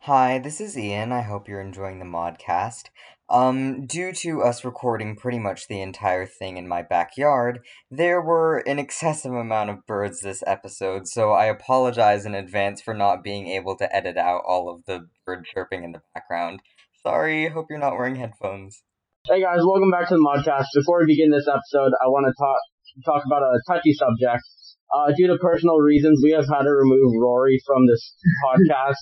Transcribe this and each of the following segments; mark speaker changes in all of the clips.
Speaker 1: Hi, this is Ian. I hope you're enjoying the modcast. Um, due to us recording pretty much the entire thing in my backyard, there were an excessive amount of birds this episode, so I apologize in advance for not being able to edit out all of the bird chirping in the background. Sorry, hope you're not wearing headphones.
Speaker 2: Hey guys, welcome back to the Modcast. Before we begin this episode, I want to talk talk about a touchy subject. Uh, due to personal reasons, we have had to remove Rory from this podcast.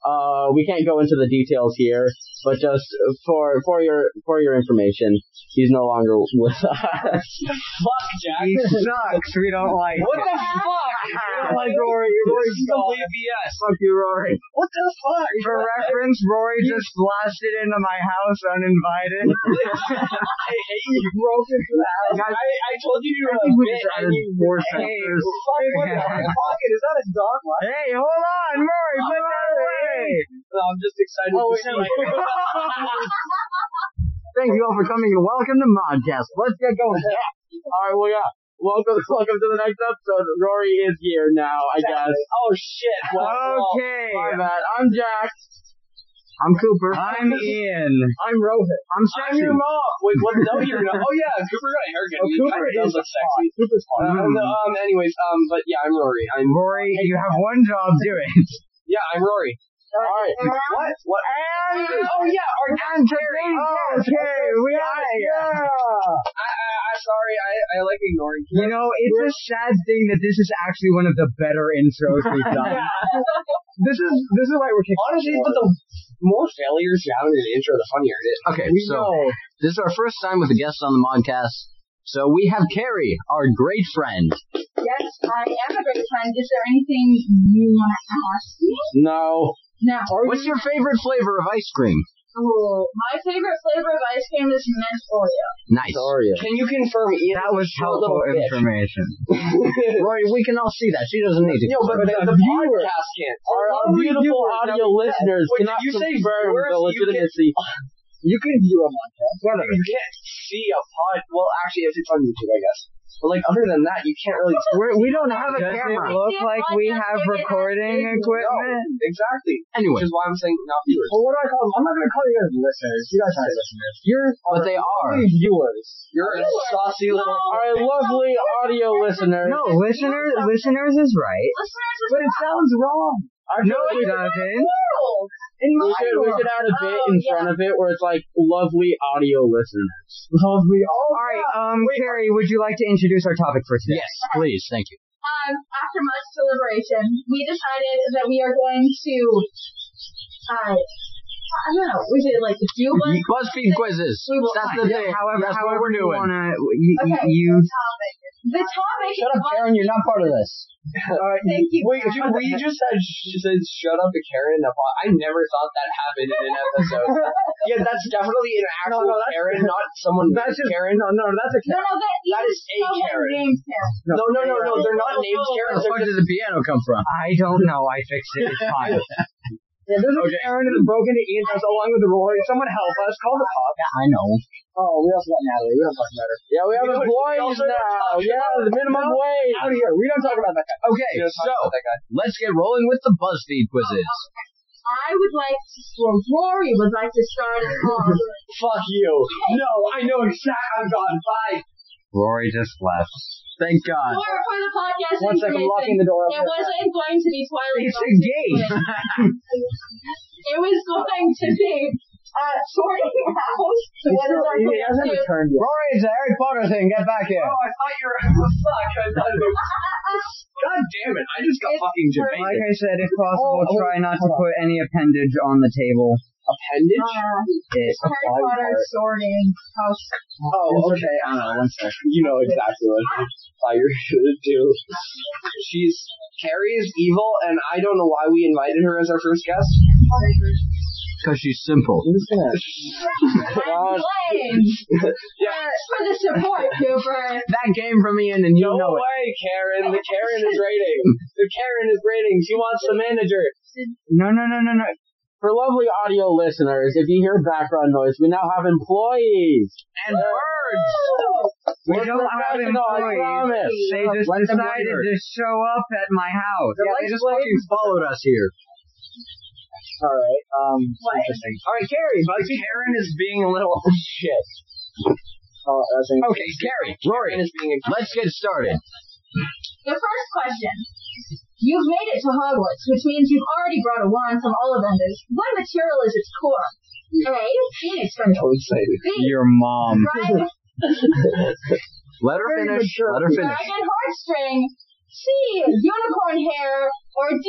Speaker 2: Uh, we can't go into the details here, but just for for your for your information, he's no longer with us.
Speaker 3: fuck, Jack?
Speaker 4: He sucks. We don't like
Speaker 3: What
Speaker 4: him.
Speaker 3: the
Speaker 2: I
Speaker 3: fuck?
Speaker 2: like Rory.
Speaker 3: This
Speaker 2: Rory's
Speaker 3: is
Speaker 2: gone.
Speaker 3: complete BS.
Speaker 2: Fuck you, Rory.
Speaker 3: What the fuck?
Speaker 4: For reference, Rory just blasted into my house uninvited.
Speaker 3: I hate you. Broke into the house. I,
Speaker 4: Guys,
Speaker 3: I told you you
Speaker 4: I
Speaker 3: were a
Speaker 4: think we
Speaker 3: bitch.
Speaker 4: just
Speaker 3: I
Speaker 4: added
Speaker 3: mean,
Speaker 4: more
Speaker 3: hey,
Speaker 4: sentences.
Speaker 3: fuck, what the fuck? Is that a dog laugh?
Speaker 4: Hey, hold on, Rory, put that away.
Speaker 3: No, I'm just excited
Speaker 2: Oh,
Speaker 3: to
Speaker 2: wait,
Speaker 3: see
Speaker 2: wait.
Speaker 3: you.
Speaker 4: Thank you all for coming and welcome to Modcast. Let's get going.
Speaker 2: All right, well yeah. Welcome, welcome to the next episode. Rory is here now, I guess.
Speaker 3: Oh shit. Well, well,
Speaker 4: Okay.
Speaker 2: My bad. I'm Jack.
Speaker 4: I'm Cooper. I'm Ian.
Speaker 2: I'm Rohit.
Speaker 4: I'm
Speaker 3: I'm your
Speaker 4: Samuel.
Speaker 3: mom. Wait, what? No, you're not. Oh yeah, Cooper got a haircut.
Speaker 2: Oh,
Speaker 3: You
Speaker 2: Cooper
Speaker 3: kinda does
Speaker 2: is
Speaker 3: look sexy.
Speaker 2: Cooper's
Speaker 3: Uh,
Speaker 4: Mm.
Speaker 3: no, um, anyways, um, but yeah, I'm Rory. I'm
Speaker 4: Rory, you have one job, do it.
Speaker 3: yeah, I'm Rory.
Speaker 2: All right.
Speaker 3: What? What?
Speaker 4: And,
Speaker 3: Oh yeah, our
Speaker 4: and
Speaker 2: Oh,
Speaker 4: Terry. Oh, Okay, we are here.
Speaker 3: I, I, I, sorry, I, I like ignoring
Speaker 4: You know, it's a sad thing that this is actually one of the better intros we've done. This is this is why we're kicking.
Speaker 3: Honestly, but the more failures you have in an intro, the funnier it is.
Speaker 5: Okay, so this is our first time with a guest on the podcast. So we have Carrie, our great friend.
Speaker 6: Yes, I am a great friend. Is there anything you want to ask me?
Speaker 2: No.
Speaker 6: No.
Speaker 5: What's your favorite flavor of ice cream?
Speaker 6: Ooh, my favorite flavor of ice cream is mint Oreo.
Speaker 5: Nice.
Speaker 2: Sorry.
Speaker 3: Can you confirm Ian?
Speaker 4: That was
Speaker 3: Short little
Speaker 4: helpful
Speaker 3: bitch.
Speaker 4: information.
Speaker 5: Rory, we can all see that. She doesn't need to.
Speaker 3: No, but the, the
Speaker 2: viewers-
Speaker 3: podcast can't.
Speaker 2: Our, our
Speaker 3: Only
Speaker 2: beautiful
Speaker 3: viewers
Speaker 2: audio
Speaker 3: know that.
Speaker 2: listeners
Speaker 3: Wait,
Speaker 2: cannot
Speaker 3: did you say
Speaker 2: confirm
Speaker 3: viewers?
Speaker 2: the
Speaker 3: You can,
Speaker 2: legitimacy. You can view a podcast.
Speaker 3: you can't see a pod. Well, actually, if it's on YouTube, I guess. But like other than that, you can't really.
Speaker 4: We're, we don't have a
Speaker 5: Does it
Speaker 4: camera.
Speaker 5: look
Speaker 4: look like we have recording equipment?
Speaker 3: Exactly.
Speaker 5: Anyway,
Speaker 3: Which is why I'm saying not viewers.
Speaker 2: Well, what do I call them? I'm not going to call you guys listeners. You guys are listeners. You're
Speaker 5: but they are.
Speaker 2: only viewers.
Speaker 3: You're a
Speaker 6: Viewers.
Speaker 3: saucy little.
Speaker 6: No.
Speaker 2: Our lovely audio listeners.
Speaker 4: No, listeners, listeners is right.
Speaker 6: Listeners is
Speaker 4: But it sounds wrong.
Speaker 2: I feel
Speaker 4: No,
Speaker 2: like we-
Speaker 4: it doesn't.
Speaker 6: world. In my
Speaker 2: We should, we
Speaker 6: world.
Speaker 2: should add a bit
Speaker 6: Oh,
Speaker 2: in
Speaker 6: yeah.
Speaker 2: front of it where it's like lovely audio listeners. Lovely.
Speaker 4: All right, um, Carrie, would you like to introduce our topic for today?
Speaker 5: Yes, please. Thank you.
Speaker 6: Um, after much deliberation, we decided that we are going to, uh, I don't know, we did like the do one
Speaker 5: BuzzFeed quizzes.
Speaker 6: We will
Speaker 5: That's the
Speaker 4: Yeah,
Speaker 5: thing.
Speaker 4: however,
Speaker 5: That's
Speaker 4: however
Speaker 5: what we're
Speaker 4: you
Speaker 5: doing.
Speaker 4: Wanna, you, you-
Speaker 6: Okay.
Speaker 4: you-
Speaker 6: topic. The topic
Speaker 5: Shut up, Karen. You're not part of this.
Speaker 2: Uh,
Speaker 6: Thank you.
Speaker 3: Wait, dude, we just said, sh- said shut up to Karen in a pod. I never thought that happened in an episode. yeah, that's definitely an actual
Speaker 2: no, that's-
Speaker 3: Karen, not someone
Speaker 2: that's
Speaker 3: named
Speaker 2: just,
Speaker 3: Karen.
Speaker 2: no, no, that's a
Speaker 6: No, no, that,
Speaker 3: That is a
Speaker 6: so many
Speaker 3: Karen.
Speaker 6: names now.
Speaker 3: No, no, no, no, they're not
Speaker 6: Oh,
Speaker 3: named
Speaker 6: oh,
Speaker 5: Where
Speaker 3: Karen.
Speaker 5: the
Speaker 3: They're
Speaker 5: fuck did the piano come from?
Speaker 4: I don't know. I fixed it. It's fine.
Speaker 2: Yeah, there's a
Speaker 3: Okay.
Speaker 2: Karen that's broken to Ian's house along with Roy. Someone help us. Call the cops.
Speaker 5: I know.
Speaker 2: Oh, we also got Natalie. We don't talk about her. Yeah, we have
Speaker 3: You know, we
Speaker 2: employees
Speaker 3: also don't
Speaker 2: now.
Speaker 3: talk
Speaker 2: Yeah, the minimum wage. Out of here. We don't talk about that guy.
Speaker 5: Okay,
Speaker 3: just
Speaker 5: so
Speaker 3: about that guy.
Speaker 5: let's get rolling with the BuzzFeed quizzes.
Speaker 6: I would like, to, well, Rory would like to start us off.
Speaker 2: Fuck you. No, I know exactly. I'm gone. Bye.
Speaker 4: Rory just left.
Speaker 5: Thank God.
Speaker 6: For, for the podcast
Speaker 2: One second. I'm locking
Speaker 6: information,
Speaker 2: the door.
Speaker 6: it wasn't going to be Twilight
Speaker 4: It's
Speaker 6: Zone.
Speaker 4: engaged.
Speaker 6: It was going to be uh, sorting out what is our
Speaker 2: He hasn't
Speaker 6: collective-
Speaker 2: returned yet.
Speaker 4: Rory, it's a Harry Potter thing. Get back here.
Speaker 3: Oh, I thought you were. Fuck, I thought it was. God damn it, I just got
Speaker 6: It's
Speaker 3: fucking
Speaker 4: Like
Speaker 3: debated.
Speaker 4: I said, if possible,
Speaker 2: Oh, oh,
Speaker 4: try not to
Speaker 2: hold on.
Speaker 4: put any appendage on the table.
Speaker 3: Appendage?
Speaker 6: Uh,
Speaker 4: It-
Speaker 6: Harry
Speaker 2: body
Speaker 6: Potter
Speaker 2: part.
Speaker 6: sorting house.
Speaker 3: Oh, okay, I know, one sec. You know exactly what I should do. She's, Carrie is evil, and I don't know why we invited her as our first guest.
Speaker 5: Because she's simple.
Speaker 2: I'm just gonna.
Speaker 6: I'm blamed uh, for the support, Cooper.
Speaker 5: That came from Ian, and you
Speaker 3: No
Speaker 5: know it.
Speaker 3: way, Karen. The Karen is rating. The Karen is rating. She wants the manager.
Speaker 4: No, no, no, no, no.
Speaker 2: For lovely audio listeners, if you hear background noise, we now have employees.
Speaker 5: And
Speaker 6: Uh,
Speaker 5: birds.
Speaker 4: We
Speaker 2: We're
Speaker 4: don't have
Speaker 2: professional, I
Speaker 4: employees.
Speaker 2: promise.
Speaker 4: They just
Speaker 5: Let them
Speaker 4: decided
Speaker 5: wonder.
Speaker 4: to show up at my house.
Speaker 2: They're
Speaker 5: Yeah,
Speaker 2: like
Speaker 5: they just
Speaker 2: slaves.
Speaker 5: fucking followed us here.
Speaker 3: All right. Um,
Speaker 6: What?
Speaker 3: interesting. All right, Carrie, but Karen is being a little shit. Oh, that's interesting.
Speaker 5: Okay, Carrie, Rory,
Speaker 3: Karen is being a
Speaker 5: let's get started.
Speaker 6: The first question. You've made it to Hogwarts, which means you've already brought a wand from Ollivanders. What material is its core? A. Phoenix feather.
Speaker 3: so excited.
Speaker 6: B.
Speaker 4: Your
Speaker 3: Um,
Speaker 4: mom.
Speaker 6: Dragon,
Speaker 5: Let her finish. Let her finish.
Speaker 6: dragon heartstring. C. Unicorn hair. Or D.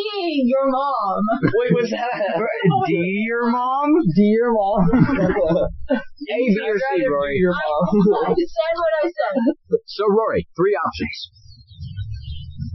Speaker 6: Your mom.
Speaker 3: Wait, what's that?
Speaker 4: D, your mom?
Speaker 3: Dear mom. A, B, or
Speaker 5: I'd rather
Speaker 3: C,
Speaker 5: be
Speaker 3: Rory.
Speaker 5: your
Speaker 6: I said what I said.
Speaker 5: So, Rory, three options.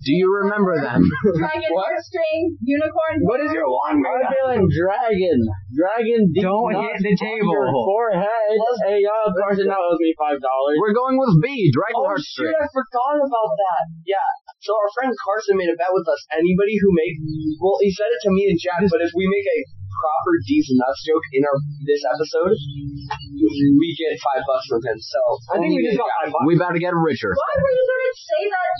Speaker 5: Do you remember them?
Speaker 6: Dragon
Speaker 3: What?
Speaker 6: heartstring. Unicorn
Speaker 3: What is your wand made
Speaker 2: I'm
Speaker 3: out of?
Speaker 2: feeling dragon. Dragon did
Speaker 4: Don't
Speaker 2: not
Speaker 4: hit the
Speaker 2: on
Speaker 4: table.
Speaker 2: Your forehead. Hey, y'all, Carson now owes me five dollars.
Speaker 5: We're going with B, Dragon
Speaker 3: Oh
Speaker 5: Heart
Speaker 3: shoot, I forgot about that. Yeah. So our friend Carson made a bet with us. Anybody who makes, well, he said it to me and Jack, but if we make a proper D's nuts joke in our this episode, we get five bucks from him. So
Speaker 2: I think we just got
Speaker 3: five
Speaker 5: Oh, We about to get richer.
Speaker 6: Why were you gonna say that?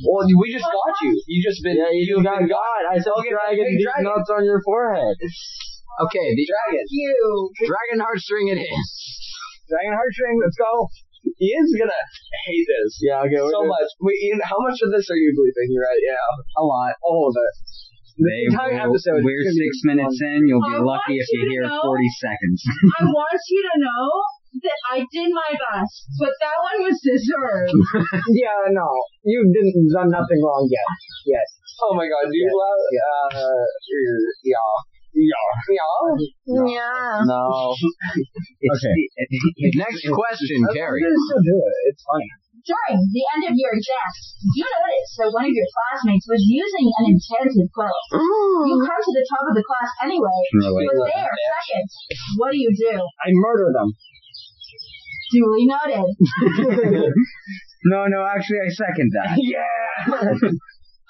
Speaker 3: Well, you- we just got you. You just been.
Speaker 2: Yeah, you
Speaker 3: you've
Speaker 2: got
Speaker 3: been
Speaker 2: God. I said
Speaker 3: I'll get-
Speaker 2: dragon
Speaker 3: hey,
Speaker 2: deep
Speaker 3: dragon.
Speaker 2: nuts on your forehead.
Speaker 5: Okay, the
Speaker 3: Dragon.
Speaker 6: You.
Speaker 5: Dragon Heartstring it is.
Speaker 3: Dragon Heartstring. Let's go. Ian's gonna hate this.
Speaker 2: Yeah, okay.
Speaker 3: So much. Wait, Ian, how much of this are you bleeping right now? A lot. All of it.
Speaker 4: They
Speaker 3: entire
Speaker 4: will-
Speaker 3: episode is
Speaker 4: We're
Speaker 3: gonna be
Speaker 4: six minutes in. You'll be
Speaker 6: I want
Speaker 4: lucky if you
Speaker 6: you to
Speaker 4: hear
Speaker 6: know-
Speaker 4: 40 seconds.
Speaker 6: I want you to know that I did my best, but that one was deserved.
Speaker 2: Yeah, no. You didn't done nothing wrong yet. Yes.
Speaker 3: Oh my god, do you love, uh, yeah. Yeah. Yeah.
Speaker 6: Yeah.
Speaker 2: No.
Speaker 4: Okay.
Speaker 5: Next question, Carrie.
Speaker 2: still do it. It's fun.
Speaker 6: During the end of your guest, you noticed that one of your classmates was using an enchanted quill. You come to the top of the class anyway, but they are second. What do you do?
Speaker 2: I murder them.
Speaker 6: Duly noted.
Speaker 4: No, no, actually, I second that.
Speaker 3: Yeah.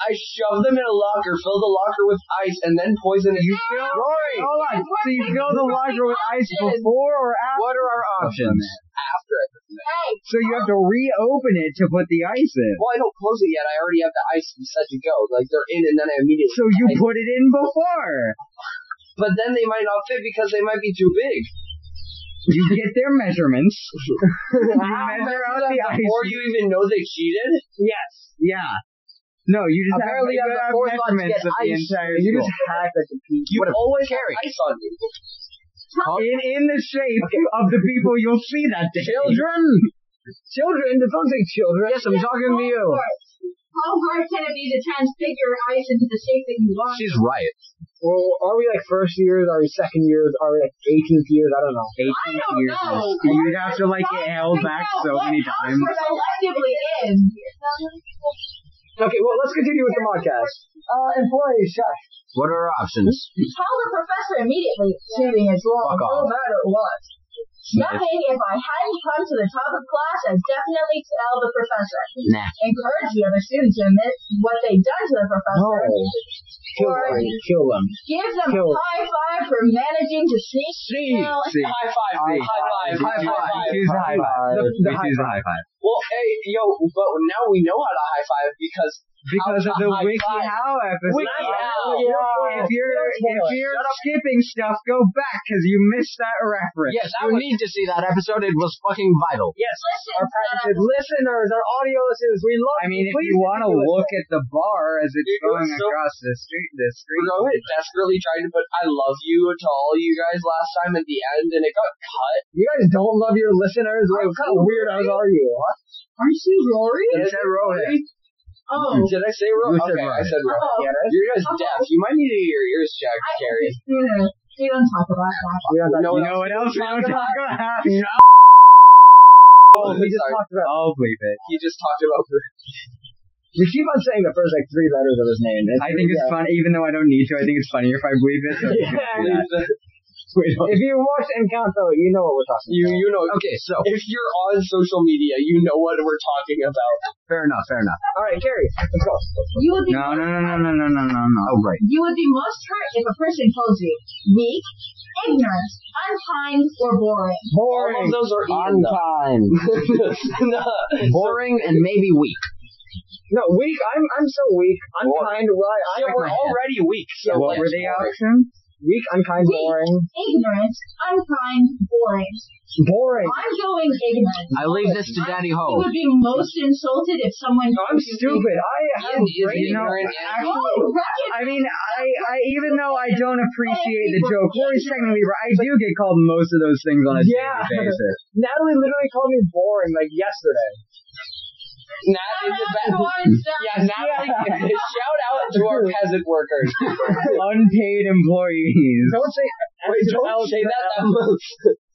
Speaker 3: I shoved them in a locker, filled the locker with ice, and then poisoned it. You Rory,
Speaker 4: Hold on. So you fill the locker with ice before or after?
Speaker 5: What are our options?
Speaker 3: after it.
Speaker 6: Hey,
Speaker 4: So you have to reopen it to put the ice in.
Speaker 3: Well, I don't close it yet. I already have the ice set to go. Like they're in, and then I immediately.
Speaker 4: So you put it in before.
Speaker 3: But then they might not fit because they might be too big.
Speaker 4: You get their measurements. You measure out the ice.
Speaker 3: Before you even know they cheated.
Speaker 2: Yes.
Speaker 4: Yeah. No, you just
Speaker 3: Apparently I'm
Speaker 4: have, you
Speaker 3: the
Speaker 4: have
Speaker 3: fourth one to
Speaker 4: measurements
Speaker 3: get
Speaker 4: of the
Speaker 3: ice.
Speaker 4: entire
Speaker 2: You
Speaker 4: school.
Speaker 2: just hack the computer.
Speaker 3: You
Speaker 5: What if-
Speaker 3: always
Speaker 5: Carrie.
Speaker 3: have ice on you.
Speaker 4: in, in the shape of the people you'll see that day.
Speaker 2: Children! Children? Don't say children. Yes, I'm talking to you.
Speaker 6: Hogwarts. Hogwarts had to be to transfigure ice into the shape that you want.
Speaker 5: She's right.
Speaker 2: Well, are we like first years? Are we second years? Are we like 18th years? I don't know.
Speaker 4: 18
Speaker 6: I don't
Speaker 4: years
Speaker 6: know.
Speaker 4: old. And you'd have to like get held back so many times.
Speaker 6: We're selectively in.
Speaker 2: Okay, well, let's continue with the podcast. Uh, employees, Chuck.
Speaker 5: What are our options?
Speaker 6: Tell the professor immediately, shaving his long,
Speaker 5: Fuck off.
Speaker 6: no matter what. Nothing if I hadn't come to the top of class, I'd definitely tell the professor.
Speaker 5: Nah.
Speaker 6: Encourage the other students to admit what they've done to the professor.
Speaker 2: Kill
Speaker 6: Or
Speaker 2: them. Kill them.
Speaker 6: give them
Speaker 2: Kill.
Speaker 6: high five for managing to sneak down.
Speaker 4: See,
Speaker 3: High five. High five. High five.
Speaker 4: Choose the high five.
Speaker 2: The- the
Speaker 4: We
Speaker 2: high
Speaker 4: choose the high five.
Speaker 3: Well, hey, yo, but now we know how to high five because
Speaker 4: Because of
Speaker 3: How's
Speaker 4: the
Speaker 3: the high five?
Speaker 4: WikiHow episode.
Speaker 3: WikiHow.
Speaker 4: If you're, if you're skipping stuff, go back because you missed that reference.
Speaker 5: Yes, you need to see that episode. It was fucking vital.
Speaker 2: Yes. Our
Speaker 6: Listen, son.
Speaker 2: patented listeners, our audio listeners, we love
Speaker 4: I mean, if
Speaker 2: Please
Speaker 4: you want to
Speaker 2: continue with
Speaker 4: look at the bar as it's
Speaker 3: Dude,
Speaker 4: going
Speaker 3: so-
Speaker 4: across the street, the street.
Speaker 3: Rowan desperately tried to put "I love you" to all you guys last time at the end, and it got cut.
Speaker 2: it. You guys don't love your listeners? Like, what kind of weirdos are you?
Speaker 6: Aren't you Rory?
Speaker 4: You
Speaker 3: Is it
Speaker 4: said Rowan.
Speaker 3: Rory?
Speaker 6: Oh.
Speaker 3: Did I say Rowan?
Speaker 4: You said
Speaker 3: Okay, I
Speaker 4: Rowan.
Speaker 3: said Rowan.
Speaker 6: Oh.
Speaker 3: You're guys deaf. You might need to get your ears checked,
Speaker 6: I
Speaker 3: Carrie.
Speaker 6: no, no, no. We don't talk about that.
Speaker 2: We don't
Speaker 3: No,
Speaker 4: You know what else we don't talk about? Oh,
Speaker 2: we just
Speaker 3: sorry.
Speaker 2: talked about.
Speaker 4: I'll bleep it.
Speaker 3: He just talked about.
Speaker 2: We keep on saying the first like three letters of his name.
Speaker 4: I think it's fun, even though I don't need to. I think it's funnier if I bleep it. So I'm just gonna do that.
Speaker 2: If you watch Encanto, you know what we're talking
Speaker 3: You you know
Speaker 5: Okay, so
Speaker 3: if you're on social media, you know what we're talking about.
Speaker 5: fair enough, fair enough.
Speaker 2: about. All right, Carrie, let's go.
Speaker 6: You would be
Speaker 4: No, no, no, no, no, no, no, no, no.
Speaker 5: Oh, right.
Speaker 6: You would be most hurt if a person calls you weak, ignorant, unkind, or boring.
Speaker 3: All of
Speaker 2: Boring.
Speaker 3: those are
Speaker 2: On
Speaker 3: Ian, though.
Speaker 2: time.
Speaker 3: no,
Speaker 5: Boring and maybe weak.
Speaker 2: No, weak. I'm I'm so weak. Unkind. Why? I'm
Speaker 3: yeah, we're already weak. So
Speaker 4: What
Speaker 3: like,
Speaker 4: were the options?
Speaker 7: Weak, unkind,
Speaker 6: Weak.
Speaker 7: boring.
Speaker 6: Ignorant, unkind, boring.
Speaker 7: Boring.
Speaker 6: I'm going ignorant.
Speaker 5: I leave this to Daddy
Speaker 6: I
Speaker 5: Ho.
Speaker 6: would be most insulted if someone.
Speaker 7: I'm stupid. I have
Speaker 3: Andy is
Speaker 7: you know,
Speaker 3: ignorant and-
Speaker 6: No,
Speaker 7: actually,
Speaker 6: right.
Speaker 7: I mean, I, I even though I don't appreciate the joke, Rory's technically right. I do get called most of those things on a
Speaker 4: Yeah.
Speaker 7: daily basis.
Speaker 4: Natalie literally called me boring like yesterday.
Speaker 3: Nat is the best. Yeah, Natalie, shout out to our peasant workers.
Speaker 7: Unpaid employees.
Speaker 4: Don't say
Speaker 3: Wait, don't say that. That was.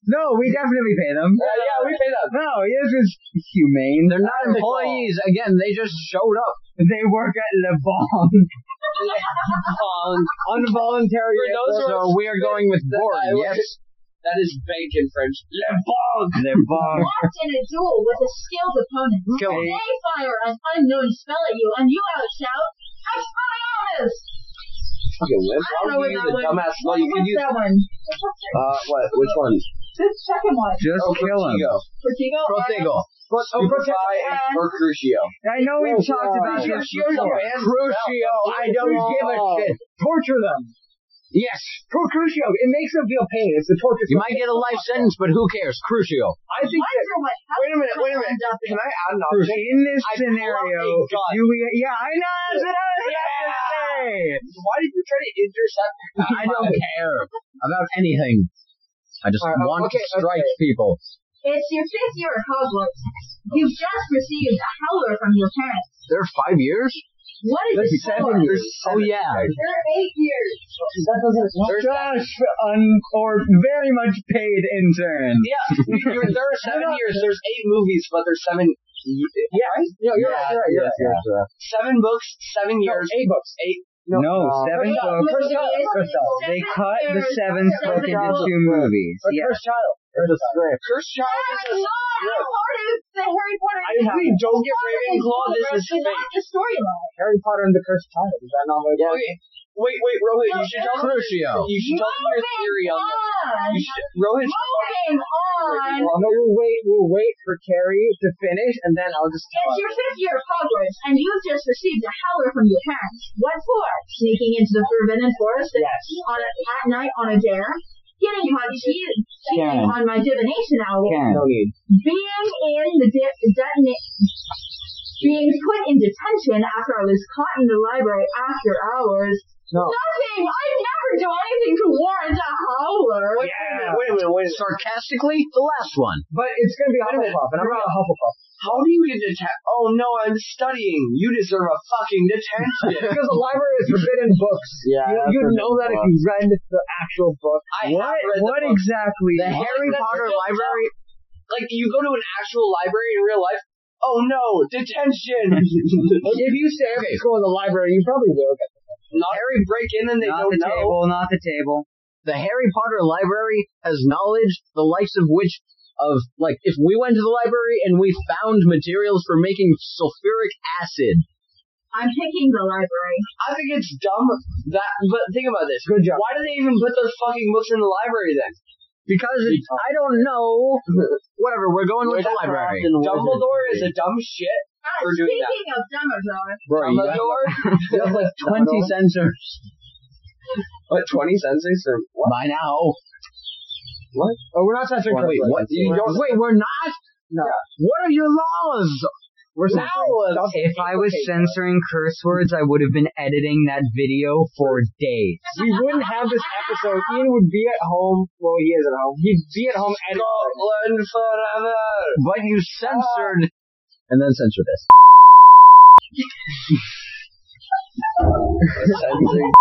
Speaker 7: No, we definitely pay them.
Speaker 3: Yeah, yeah, we pay them.
Speaker 7: No, this is humane.
Speaker 5: They're not employees. Again, they just showed up.
Speaker 7: They work at Le Bon.
Speaker 4: involuntary.
Speaker 3: For those who are
Speaker 5: So we are going with boring. Yes,
Speaker 3: That is bank in French. Le bon.
Speaker 5: Le Bon.
Speaker 6: Trapped in a duel with a skilled opponent.
Speaker 5: Kill him.
Speaker 6: They fire an unknown spell at you, and you outshout, I spy honors!
Speaker 3: Fucking
Speaker 6: I
Speaker 3: limp.
Speaker 6: don't know
Speaker 3: I'll
Speaker 6: what
Speaker 3: use a
Speaker 6: that one
Speaker 3: dumbass
Speaker 6: What
Speaker 3: one you can
Speaker 6: was
Speaker 3: use.
Speaker 6: that one?
Speaker 3: Uh, what? Which one?
Speaker 6: The second one.
Speaker 7: Just
Speaker 3: Oh,
Speaker 7: kill them.
Speaker 3: Protego.
Speaker 6: Protego?
Speaker 5: Protego.
Speaker 3: Oh, Stupefy
Speaker 6: Protego.
Speaker 3: or Crucio.
Speaker 7: I know we've talked about this before.
Speaker 4: Crucio, I don't give a shit. Torture them.
Speaker 5: Yes.
Speaker 4: Pro Crucio, it makes them feel pain. It's the torture.
Speaker 5: You might get a life sentence, but who cares? Crucio.
Speaker 4: I think that.
Speaker 6: Wonder what
Speaker 3: Wait a minute, wait a minute. Can I add an option?
Speaker 7: In this
Speaker 3: I pull out
Speaker 7: scenario,
Speaker 3: a gun.
Speaker 7: do we? Yeah, I know. That's what I was gonna say.
Speaker 3: Why did you try to intercept?
Speaker 5: I don't care about anything. I just
Speaker 4: Alright,
Speaker 5: want
Speaker 4: okay,
Speaker 5: to strike people.
Speaker 6: It's your fifth year at Hogwarts. You've just received a howler from your parents.
Speaker 5: They're five years?
Speaker 6: What is this for?
Speaker 5: Oh, yeah.
Speaker 6: They're eight years.
Speaker 4: That doesn't.
Speaker 7: Josh, un- or very much paid intern.
Speaker 3: Yeah, you're, there are seven years. There's eight movies, but there's seven. Yeah,
Speaker 4: No, you're right. You're right. You're right.
Speaker 3: seven books, seven
Speaker 4: No,
Speaker 3: years.
Speaker 4: eight books.
Speaker 3: Eight.
Speaker 7: No,
Speaker 4: uh,
Speaker 7: seven
Speaker 4: first
Speaker 7: books.
Speaker 4: first off, first off,
Speaker 7: They cut the seventh book into
Speaker 4: Seven
Speaker 7: two movies.
Speaker 4: But
Speaker 7: Yeah.
Speaker 4: first child. First child.
Speaker 3: Cursed
Speaker 6: Oh,
Speaker 3: Child is a
Speaker 6: How hard is the Harry Potter?
Speaker 3: If we don't get Ravenclaw, this is
Speaker 6: It's
Speaker 3: fake.
Speaker 6: not the storyline.
Speaker 4: Harry Potter and the Cursed Child. Is that not what it is?
Speaker 3: Okay. Wait, wait, Rohit, you should tell me.
Speaker 5: Crucio.
Speaker 3: You should tell me your theory on this. You
Speaker 6: Moving
Speaker 3: should, Rohit,
Speaker 6: on. Moving on.
Speaker 4: Well, no, we'll wait. We'll wait for Carrie to finish, and then I'll just.
Speaker 6: It's your fifth year of Hogwarts, and you've just received a howler from your parents. What for? Sneaking into the Forbidden Forest at, on a, at night on a dare? Getting caught cheating cheating
Speaker 7: Yeah.
Speaker 6: on my divination owl?
Speaker 7: Can.
Speaker 4: No need.
Speaker 6: Being in the de- detonate. Being put in detention after I was caught in the library after hours.
Speaker 4: No.
Speaker 6: Nothing! I've never done anything to warrant a howler!
Speaker 3: wait, wait a minute, wait a minute, wait a minute.
Speaker 5: Sarcastically, the last one.
Speaker 4: But it's gonna be
Speaker 3: Wait a minute.
Speaker 4: Hufflepuff, and I'm not a Hufflepuff.
Speaker 3: How do you get detained? Oh no, I'm studying. You deserve a fucking detention.
Speaker 4: Because the library is forbidden books.
Speaker 3: Yeah,
Speaker 4: You, you
Speaker 3: that's
Speaker 4: know that if
Speaker 3: forbidden
Speaker 4: you read the actual book.
Speaker 3: I have
Speaker 7: What?
Speaker 3: read the
Speaker 7: What
Speaker 3: book.
Speaker 7: exactly?
Speaker 5: The Harry
Speaker 3: that's
Speaker 5: Potter
Speaker 3: just-
Speaker 5: library.
Speaker 3: Like you go to an actual library in real life. Oh no, detention.
Speaker 4: If you stay after school in the library, you probably will. get-
Speaker 3: Not every break in and they
Speaker 7: Not
Speaker 3: don't
Speaker 7: the
Speaker 3: know.
Speaker 7: table. Not the table.
Speaker 5: The Harry Potter library has knowledge the likes of which of like if we went to the library and we found materials for making sulfuric acid.
Speaker 6: I'm picking the library.
Speaker 3: I think it's dumb that, but think about this.
Speaker 4: Good job.
Speaker 3: Why do they even put those fucking books in the library then?
Speaker 5: Because it's, I don't know. Whatever, we're going with the library.
Speaker 3: Dumbledore is a dumb shit.
Speaker 6: Uh,
Speaker 3: We're doing that.
Speaker 6: speaking of Dumbledore,
Speaker 5: Bro, you have-
Speaker 3: Dumbledore.
Speaker 5: you have like 20 sensors.
Speaker 3: What twenty senses or what?
Speaker 5: By now.
Speaker 4: Oh, we're not censoring.
Speaker 5: Wait,
Speaker 4: Hufflepuff.
Speaker 5: what? You don't- wait, we're not?
Speaker 4: No.
Speaker 5: What are your laws?
Speaker 4: We're
Speaker 5: Now
Speaker 4: censoring. Stop
Speaker 7: If I was
Speaker 4: censoring,
Speaker 7: censoring curse words, I would have been editing that video for days.
Speaker 4: we wouldn't have this episode. Ian would be at home. Well, he is at home. He'd be at home and
Speaker 3: Scotland forever.
Speaker 5: But you censored.
Speaker 7: Ah.
Speaker 5: And then censor this.
Speaker 3: Censoring.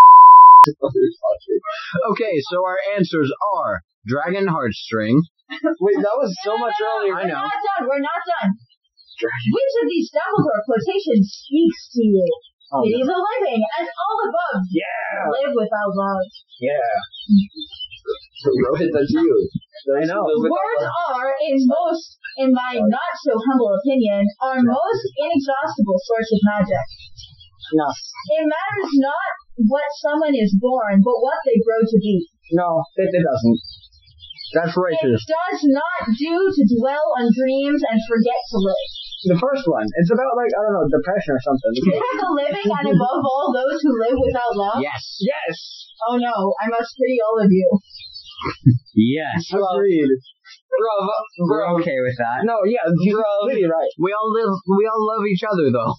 Speaker 5: Okay, so our answers are Dragon Heartstring.
Speaker 3: Wait, that was so much earlier.
Speaker 5: I
Speaker 6: We're
Speaker 5: know.
Speaker 6: not done. We're not done. Which of these Dumbledore quotations speaks to you?
Speaker 7: Oh,
Speaker 6: it is a living, as all above.
Speaker 4: Oh, Yeah.
Speaker 6: Live without love.
Speaker 3: Rohit, that's you. I know.
Speaker 6: Words are, in most, in my not so humble opinion, our most inexhaustible source of magic.
Speaker 4: No.
Speaker 6: It matters not what someone is born, but what they grow to be.
Speaker 4: No, it, it doesn't.
Speaker 5: That's
Speaker 6: It
Speaker 5: righteous.
Speaker 6: does not do to dwell on dreams and forget to live.
Speaker 4: The first one. It's about like I don't know depression or something.
Speaker 6: Is it the living and above all those who live without love?
Speaker 3: Yes.
Speaker 4: yes.
Speaker 6: Oh no, I must pity all of you.
Speaker 3: Yes.
Speaker 4: Agreed.
Speaker 8: Bro, bro,
Speaker 9: We're okay with that.
Speaker 4: No, yeah, you're completely right.
Speaker 3: We all live. We all love each other, though.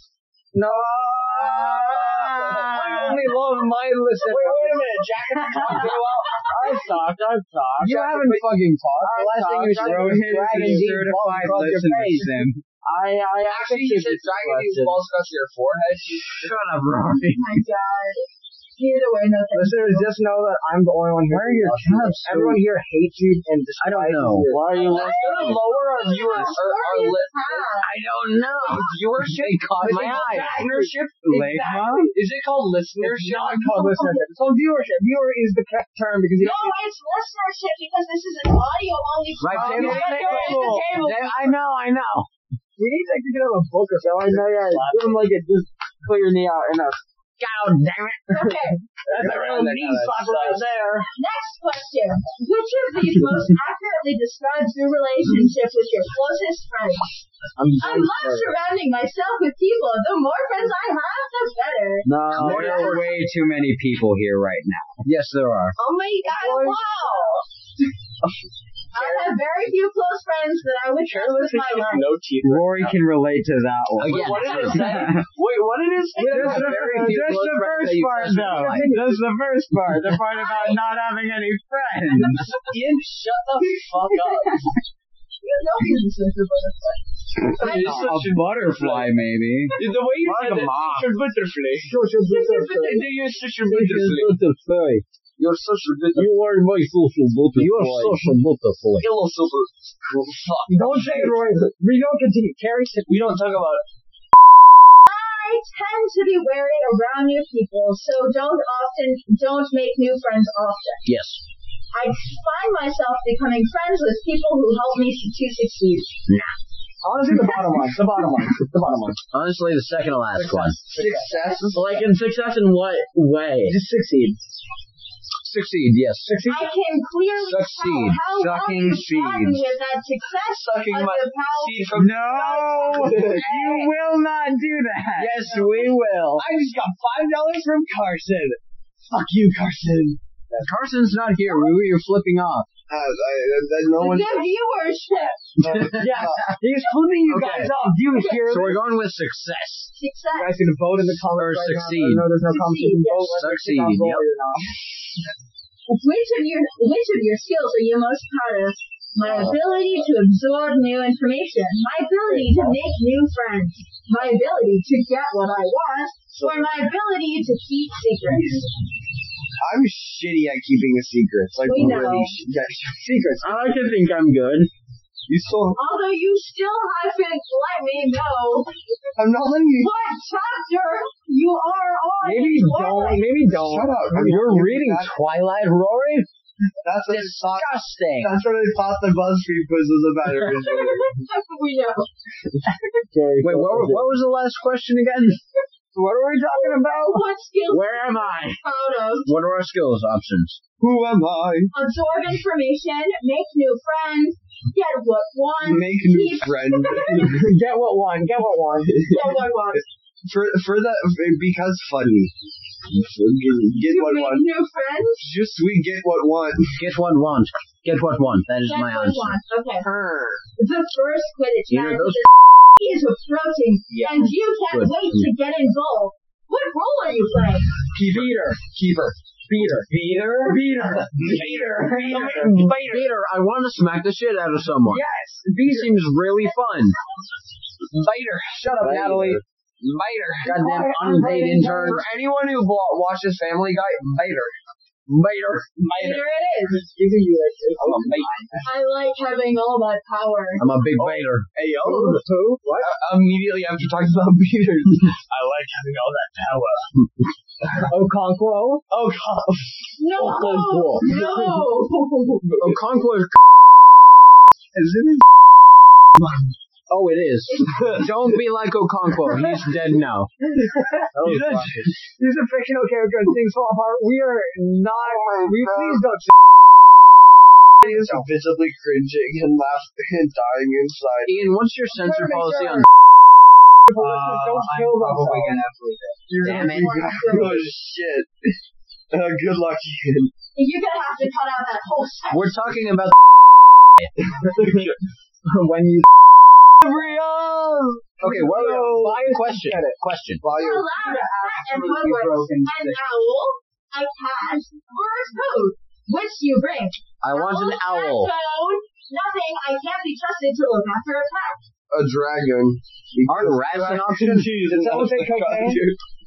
Speaker 4: No.
Speaker 9: I only love my
Speaker 4: Wait,
Speaker 9: listeners.
Speaker 4: wait a minute, Jack. I've talked for a while. I've talked. I've talked.
Speaker 9: You haven't fucking talked.
Speaker 4: I
Speaker 9: The last thing you
Speaker 4: talked.
Speaker 9: should do
Speaker 4: Rohit
Speaker 9: is Dragon
Speaker 4: is a
Speaker 9: Deep
Speaker 4: certified
Speaker 9: certified listener,
Speaker 4: listener,
Speaker 9: Sim.
Speaker 4: I I
Speaker 8: actually, you said
Speaker 4: answered this
Speaker 8: dragon needs
Speaker 4: question.
Speaker 8: balls across your forehead.
Speaker 3: Shut up, Rory.
Speaker 6: Oh my god. Either way, no thanks.
Speaker 4: Listeners, just know that I'm the only one here.
Speaker 3: Where are your
Speaker 4: who loves
Speaker 3: cups?
Speaker 4: you. Everyone here hates you and
Speaker 3: I
Speaker 4: despises
Speaker 3: don't know.
Speaker 4: You. Why are you?
Speaker 8: Let's go to lower our viewers or our li-
Speaker 3: I don't know.
Speaker 8: viewership.
Speaker 3: They caught
Speaker 8: Is it
Speaker 3: my eye.
Speaker 8: called Listenership.
Speaker 9: Lake,
Speaker 8: Exactly.
Speaker 9: huh?
Speaker 8: Is it called listenership?
Speaker 4: Not called listenership. It's called viewership. Viewer is the correct term because you Oh,
Speaker 6: No, it's listenership because this is an audio only
Speaker 3: Right,
Speaker 6: program.
Speaker 3: table.
Speaker 6: Right there at the
Speaker 8: Oh,
Speaker 6: table.
Speaker 3: They- I know. I know.
Speaker 4: We need to get him a book or something. I know, yeah. Give him like a just clear knee out and a
Speaker 3: God damn it.
Speaker 6: Okay,
Speaker 4: that's a real knee slap right there.
Speaker 6: next question. Which of these most accurately describes your relationship with your closest friends?
Speaker 4: I'm
Speaker 6: I love surrounding myself with people. The more friends I have, the better.
Speaker 4: No,
Speaker 9: There are way too many people here right now.
Speaker 3: Yes, there are.
Speaker 6: Oh my god, wow! I have very few close friends that I would trust with my life.
Speaker 8: No teeth.
Speaker 9: Rory can relate to that one.
Speaker 3: Again.
Speaker 8: What did it
Speaker 4: Wait, what it is?
Speaker 9: Just the, just the first part, though. Just the first part. The part about not having any friends.
Speaker 8: Ian, shut the fuck up.
Speaker 6: You know me,
Speaker 9: A butterfly, maybe.
Speaker 8: The way you said it, such a butterfly. Do you such a butterfly? You're such a butterfly.
Speaker 3: You are my social butterfly. You are social butterfly.
Speaker 8: Hello, silver. Oh, Fuck.
Speaker 4: Don't say it, Roy. We don't continue. Carrie said
Speaker 8: We don't talk about
Speaker 6: I tend to be wary around new people, so don't often, don't make new friends often.
Speaker 3: Yes.
Speaker 6: I find myself becoming friends with people who help me to succeed.
Speaker 4: honestly the bottom one. The bottom one. The bottom one.
Speaker 3: Honestly, the second to last one.
Speaker 8: success.
Speaker 3: Like in success in what way?
Speaker 4: Just succeed.
Speaker 3: Succeed. Yes.
Speaker 6: I can clearly
Speaker 3: Succeed.
Speaker 6: tell how
Speaker 9: Sucking
Speaker 6: well you've gotten
Speaker 9: seeds.
Speaker 6: with that success
Speaker 8: Sucking
Speaker 6: of
Speaker 8: my
Speaker 6: the power.
Speaker 8: seed from.
Speaker 9: No! You will not do that!
Speaker 3: Yes, we will.
Speaker 4: I just got five dollars from Carson. Fuck you, Carson.
Speaker 3: Carson's not here. We were you flipping off.
Speaker 8: Uh, I, I, no
Speaker 6: The
Speaker 8: one.
Speaker 6: viewership.
Speaker 4: Yeah, he's flipping you
Speaker 3: Okay.
Speaker 4: guys off. Do you hear?
Speaker 3: So
Speaker 4: this?
Speaker 3: we're going with success.
Speaker 4: You
Speaker 6: Success.
Speaker 4: guys can vote in the
Speaker 3: Or
Speaker 4: comments. right now.
Speaker 3: succeed.
Speaker 4: No, there's no competition.
Speaker 6: Succeed,
Speaker 4: Vote whether
Speaker 3: Succeed,
Speaker 4: it's on
Speaker 3: yep.
Speaker 4: vote or not.
Speaker 6: Which of your which of your skills are you most proud of? My
Speaker 4: Uh,
Speaker 6: ability to absorb new information, my ability to make new friends, my ability to get what I want, or my ability to keep secrets.
Speaker 8: I'm shitty at keeping a secret. Like
Speaker 6: We know.
Speaker 8: really shitty at secrets.
Speaker 4: I like to think I'm good.
Speaker 8: You still.
Speaker 6: Although you still haven't let me know
Speaker 8: I'm not letting you.
Speaker 6: what chapter you are on.
Speaker 4: Maybe
Speaker 6: in
Speaker 4: don't.
Speaker 6: Twilight.
Speaker 4: Maybe don't.
Speaker 8: Shut up. I'm
Speaker 3: You're
Speaker 8: not
Speaker 3: reading
Speaker 8: that.
Speaker 3: Twilight, Rory?
Speaker 8: That's what I thought.
Speaker 3: Disgusting.
Speaker 8: That's what I thought the BuzzFeed quiz was about originally.
Speaker 6: we know.
Speaker 4: Jerry,
Speaker 3: Wait, what, what was the last question again?
Speaker 4: what are we talking about?
Speaker 6: What skills
Speaker 3: Where am I?
Speaker 6: are you proud of?
Speaker 3: What are our skills options?
Speaker 8: Who am I?
Speaker 6: absorb information, make new friends, get what one,
Speaker 8: Make new friends.
Speaker 4: Get what one? Get what one?
Speaker 6: get what one.
Speaker 8: For for that because funny. Get
Speaker 6: You
Speaker 8: what
Speaker 6: make
Speaker 8: one.
Speaker 6: new friends,
Speaker 8: Just we get what one.
Speaker 3: Get what want. Get what want. That is
Speaker 6: get
Speaker 3: my
Speaker 6: what
Speaker 3: answer.
Speaker 6: one. Okay. The first Quidditch
Speaker 3: You know
Speaker 6: match
Speaker 3: those-
Speaker 6: is approaching,
Speaker 3: Yeah.
Speaker 6: and you can't
Speaker 3: Good.
Speaker 6: wait to get involved. What role are you playing?
Speaker 4: Peter.
Speaker 3: Keeper. Beater.
Speaker 4: Peter. Peter. Peter.
Speaker 3: Beater. I want to smack the shit out of someone.
Speaker 4: Yes.
Speaker 3: He seems really fun.
Speaker 8: Later.
Speaker 4: Shut up, Natalie.
Speaker 8: Later.
Speaker 3: Goddamn unpaid intern.
Speaker 8: For anyone who bought, watches Family Guy, later.
Speaker 3: Later.
Speaker 8: Later.
Speaker 6: There it is.
Speaker 4: Either you like this.
Speaker 8: I'm a mate.
Speaker 6: I like having all that power.
Speaker 3: I'm a big baiter.
Speaker 8: Oh, Hey, yo.
Speaker 4: Who? Who? What?
Speaker 8: Immediately after talking about Peter, I like having all that power.
Speaker 4: Okonkwo?
Speaker 8: Oh, God.
Speaker 6: No,
Speaker 3: cool.
Speaker 6: no.
Speaker 3: Okonkwo is
Speaker 8: Isn't it?
Speaker 3: Oh, it is. Don't be like Okonkwo. He's dead now.
Speaker 4: He's a, he's a fictional character in Things Fall Apart. We are not. we please don't.
Speaker 8: He is visibly cringing and laughing and dying inside.
Speaker 3: Ian, what's your censor policy
Speaker 10: Uh,
Speaker 3: on Oh,
Speaker 4: don't kill
Speaker 10: I'm probably
Speaker 4: themselves.
Speaker 10: gonna have to leave it.
Speaker 4: You're
Speaker 3: Damn it.
Speaker 10: Oh shit. Uh, good luck, Ian.
Speaker 6: You're gonna have to cut out that whole section.
Speaker 3: We're talking about
Speaker 4: when you
Speaker 3: okay. uh, What?
Speaker 10: No.
Speaker 3: Question. Question.
Speaker 10: While
Speaker 6: You're
Speaker 10: you're
Speaker 6: allowed to act and
Speaker 10: absolutely
Speaker 6: public
Speaker 10: broken.
Speaker 6: an owl, a cat, or a coat, which do you bring.
Speaker 3: I want an owl.
Speaker 6: Phone, nothing. I can't be trusted to look after a cat.
Speaker 10: A dragon.
Speaker 3: Aren't rats an option?
Speaker 10: Jeez, it's
Speaker 4: that what they cocaine?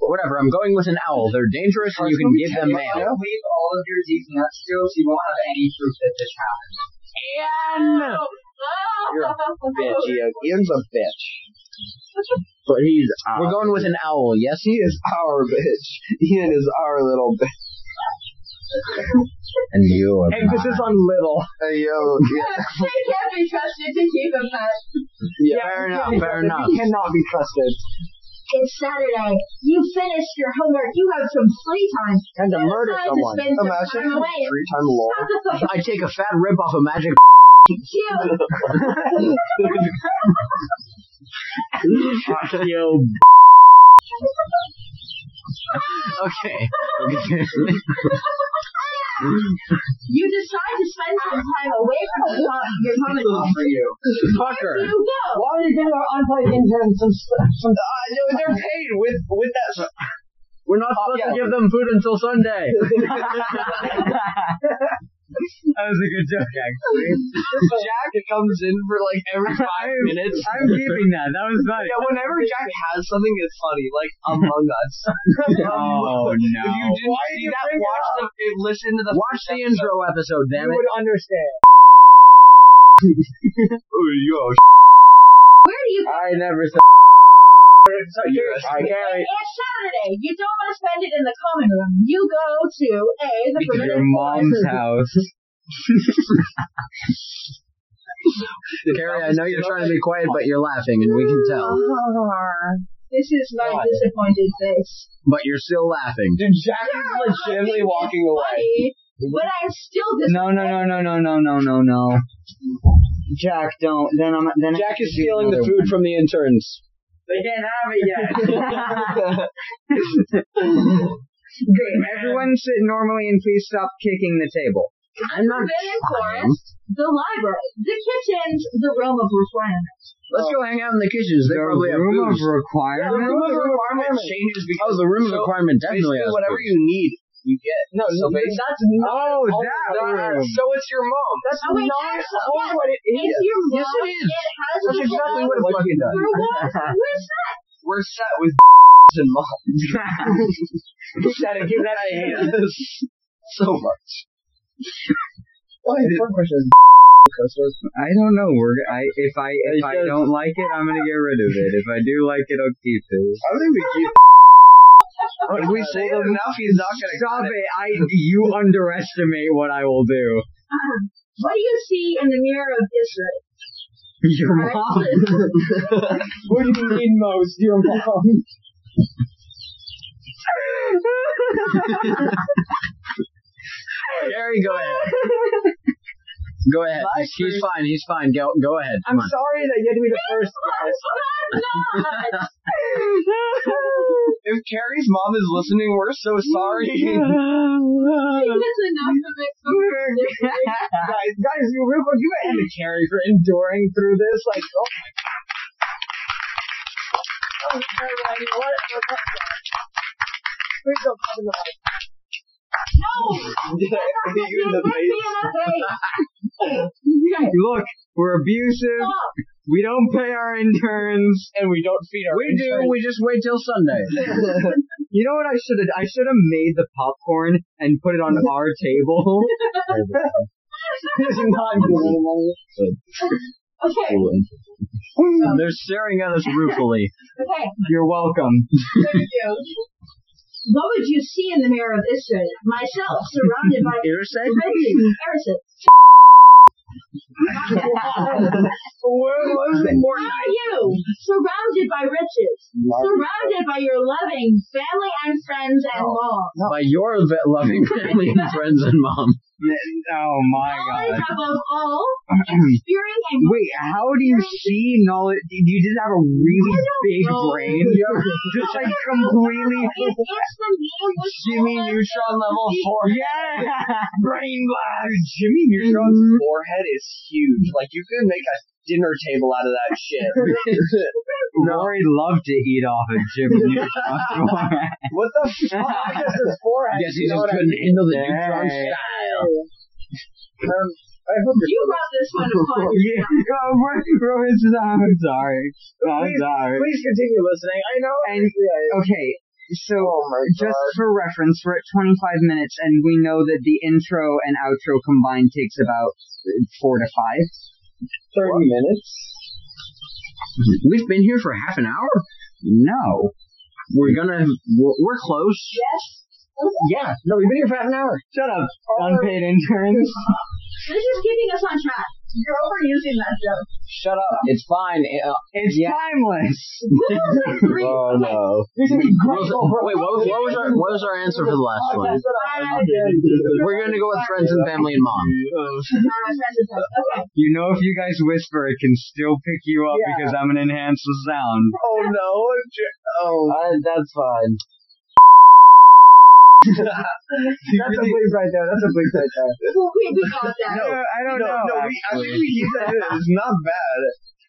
Speaker 3: Whatever. I'm going with an owl. They're dangerous, and you can give them
Speaker 10: You
Speaker 3: mail.
Speaker 10: know, leave all of your deep nuts jokes. You won't have any proof that this happened.
Speaker 6: And Oh.
Speaker 10: You're a Bitch, Ian. Ian's a bitch.
Speaker 11: But he's out.
Speaker 3: We're going with an owl. Yes.
Speaker 10: He is our bitch. Ian is our little bitch.
Speaker 3: And you are.
Speaker 4: emphasis on little.
Speaker 10: Hey, yo. Yeah,
Speaker 6: They can't be trusted to keep a pet.
Speaker 10: yeah.
Speaker 3: Fair enough. Fair enough.
Speaker 10: You cannot be trusted.
Speaker 6: It's Saturday. You finished your homework. You have some free time.
Speaker 3: And to
Speaker 6: You
Speaker 3: murder
Speaker 6: decide
Speaker 3: someone.
Speaker 6: To spend some
Speaker 10: Imagine
Speaker 6: time away.
Speaker 10: three time lol.
Speaker 6: Stop the fucking
Speaker 3: I take a fat rip off a magic.
Speaker 6: cute.
Speaker 11: Osseo
Speaker 3: Okay.
Speaker 6: You decide to spend some time away from your mom- your mom and dad.
Speaker 10: for you.
Speaker 3: Fucker.
Speaker 6: You go.
Speaker 4: While you're doing our unplugged intern some stuff, some
Speaker 10: Uh, no, they're paid with with that.
Speaker 3: We're not supposed
Speaker 10: yeah.
Speaker 3: to give them food until Sunday.
Speaker 4: that was a good joke, actually.
Speaker 10: Jack comes in for like every five
Speaker 4: I'm-
Speaker 10: minutes.
Speaker 4: I'm keeping that. That was nice.
Speaker 10: Yeah, whenever Jack has something that's funny, like Among Us. If
Speaker 4: Oh, no.
Speaker 10: you didn't
Speaker 4: Why
Speaker 10: see
Speaker 4: did you
Speaker 10: that,
Speaker 4: bring it
Speaker 10: watch the, listen to the
Speaker 3: Watch the intro episode, damn it.
Speaker 4: You would understand.
Speaker 10: Oh, yo,
Speaker 6: Where do you go?
Speaker 4: I never said. So you're
Speaker 10: Yes.
Speaker 4: I Gary.
Speaker 6: It's Saturday. You don't want to spend it in the common room. You go to A, the permitted
Speaker 4: house.
Speaker 3: Carrie, I know you're trying to be quiet, but you're laughing, and we can tell. Oh,
Speaker 6: This is my disappointed face.
Speaker 3: But you're still laughing.
Speaker 10: Dude, Jack is
Speaker 6: You're
Speaker 10: legitimately walking
Speaker 6: laughing, it's
Speaker 10: away.
Speaker 6: funny, But I'm still disappointed.
Speaker 4: No, no, no, no, no, no, no, no, no. Jack, don't. Then I'm. Then I
Speaker 3: Jack
Speaker 4: have to
Speaker 3: is
Speaker 4: do
Speaker 3: stealing the
Speaker 4: another
Speaker 3: food from the interns.
Speaker 4: They can't have it yet. Everyone sit normally and please stop kicking the table.
Speaker 3: I'm
Speaker 6: The
Speaker 3: not.
Speaker 6: Forbidden Forest, the library, the kitchens, the realm of requirement.
Speaker 3: Let's go hang out in the kitchens. They
Speaker 4: The
Speaker 3: probably have
Speaker 4: room
Speaker 3: booze.
Speaker 4: of
Speaker 10: Yeah,
Speaker 4: requirement.
Speaker 10: the room of requirement changes
Speaker 3: Oh,
Speaker 10: because
Speaker 3: the room of
Speaker 10: so
Speaker 3: requirement
Speaker 10: basically
Speaker 3: definitely has
Speaker 10: whatever
Speaker 3: booze.
Speaker 10: you need, you get. No, so
Speaker 4: no,
Speaker 10: basically,
Speaker 4: Oh,
Speaker 10: all
Speaker 4: that
Speaker 10: that-
Speaker 4: room.
Speaker 10: so it's your mom. That's
Speaker 6: Oh, wait,
Speaker 10: not
Speaker 6: actually,
Speaker 10: all
Speaker 6: yes,
Speaker 10: what it
Speaker 6: It's
Speaker 10: is.
Speaker 6: your mom.
Speaker 3: Yes, it is.
Speaker 6: It has
Speaker 10: That's
Speaker 6: the
Speaker 10: exactly
Speaker 6: mom.
Speaker 10: what it's fucking
Speaker 6: For
Speaker 10: done.
Speaker 6: what? Where's that?
Speaker 10: We're set with and mom.
Speaker 4: Shut it, give that a hand.
Speaker 10: so much. Why did
Speaker 4: I don't know. We're I if I if I don't like it, I'm gonna get rid of it. If I do like it, I'll keep it.
Speaker 10: I think we keep. If we say it enough, he's not gonna
Speaker 4: Stop it! I you underestimate what I will do.
Speaker 6: What do you see in the mirror of Israel?
Speaker 4: Your mom. what do you mean most? Your mom.
Speaker 3: Gary, go ahead. Go ahead. He's, he's fine. He's fine. Go, go ahead.
Speaker 4: I'm
Speaker 3: Come on.
Speaker 4: sorry that you had to be the first.
Speaker 10: If Carrie's mom is listening, we're so sorry.
Speaker 6: She was enough of it for her.
Speaker 4: guys, guys, you real quick, you had to carry for enduring through this. Like, oh
Speaker 6: No! That's not
Speaker 10: You in the
Speaker 6: gonna be
Speaker 10: face.
Speaker 6: enough aid.
Speaker 4: Look, we're abusive.
Speaker 6: Stop.
Speaker 4: We don't pay our interns.
Speaker 10: and we don't feed our
Speaker 3: We do. We just wait till Sunday.
Speaker 4: You know what I should have? I should have made the popcorn and put it on our table.
Speaker 6: Okay.
Speaker 3: They're staring at us ruefully.
Speaker 6: Okay.
Speaker 4: You're welcome.
Speaker 6: Thank you. What would you see in the mirror of Israel? Myself, surrounded by
Speaker 3: Irresec?
Speaker 6: friendly Harrison.
Speaker 10: Where was it?
Speaker 6: How are you? Surrounded by riches. Surrounded by your loving family and friends and mom.
Speaker 3: By your vet- loving family and friends and mom.
Speaker 4: Oh my god.
Speaker 6: Knowledge above all, experience above
Speaker 4: Wait,
Speaker 10: Oh
Speaker 4: how do you see knowledge? You just have a really big brain, just like completely.
Speaker 6: It's, it's the name of
Speaker 3: Jimmy Neutron level four.
Speaker 4: Yeah.
Speaker 3: Brain blast. Jimmy Neutron's
Speaker 5: Mm-hmm.
Speaker 3: forehead is huge. Like you could make a dinner table out of that shit. Mm-hmm.
Speaker 4: Rory loved to eat off of Jim Neutron.
Speaker 3: what the fuck is his forehead?
Speaker 5: Yes, he
Speaker 3: You
Speaker 5: just
Speaker 3: know what I
Speaker 5: couldn't handle the
Speaker 4: Dang.
Speaker 5: neutron style.
Speaker 3: mean? I hope
Speaker 6: You
Speaker 3: you're.
Speaker 6: brought this one upon
Speaker 4: yeah, oh, Ro- Rowan's just, I'm sorry. I'm sorry.
Speaker 3: Please continue listening. I know.
Speaker 4: And-
Speaker 3: Yeah,
Speaker 4: Okay, so
Speaker 3: oh my
Speaker 4: just
Speaker 3: god.
Speaker 4: for reference, we're at 25 minutes, and we know that the intro and outro combined takes about uh, four to five.
Speaker 3: Thirty minutes.
Speaker 5: We've been here for half an hour.
Speaker 4: Mm-hmm. No.
Speaker 5: We're gonna. We're, we're close.
Speaker 6: Yes.
Speaker 5: Yeah. No, we've been here for half an hour.
Speaker 4: Shut up, unpaid interns.
Speaker 6: oh, This is keeping us on track. You're overusing that joke.
Speaker 5: Shut up. It's fine. Uh,
Speaker 4: It's timeless.
Speaker 6: What was the three?
Speaker 2: Oh
Speaker 6: okay.
Speaker 2: no.
Speaker 5: what was- wait, what was, what was our what was our answer for the last one?
Speaker 6: I
Speaker 5: We're gonna go with friends and family and mom.
Speaker 6: Uh, friends and family. okay.
Speaker 4: You know, if you guys whisper, it can still pick you up
Speaker 3: Yeah.
Speaker 4: because I'm gonna enhance the sound.
Speaker 3: Oh no. J- Oh.
Speaker 2: Uh, that's fine. That's a bleep right there. That's a bleep right there.
Speaker 6: Well, we, we got that.
Speaker 4: I don't, I don't
Speaker 3: no,
Speaker 4: know.
Speaker 3: no, we, I think we keep that in. It's not bad.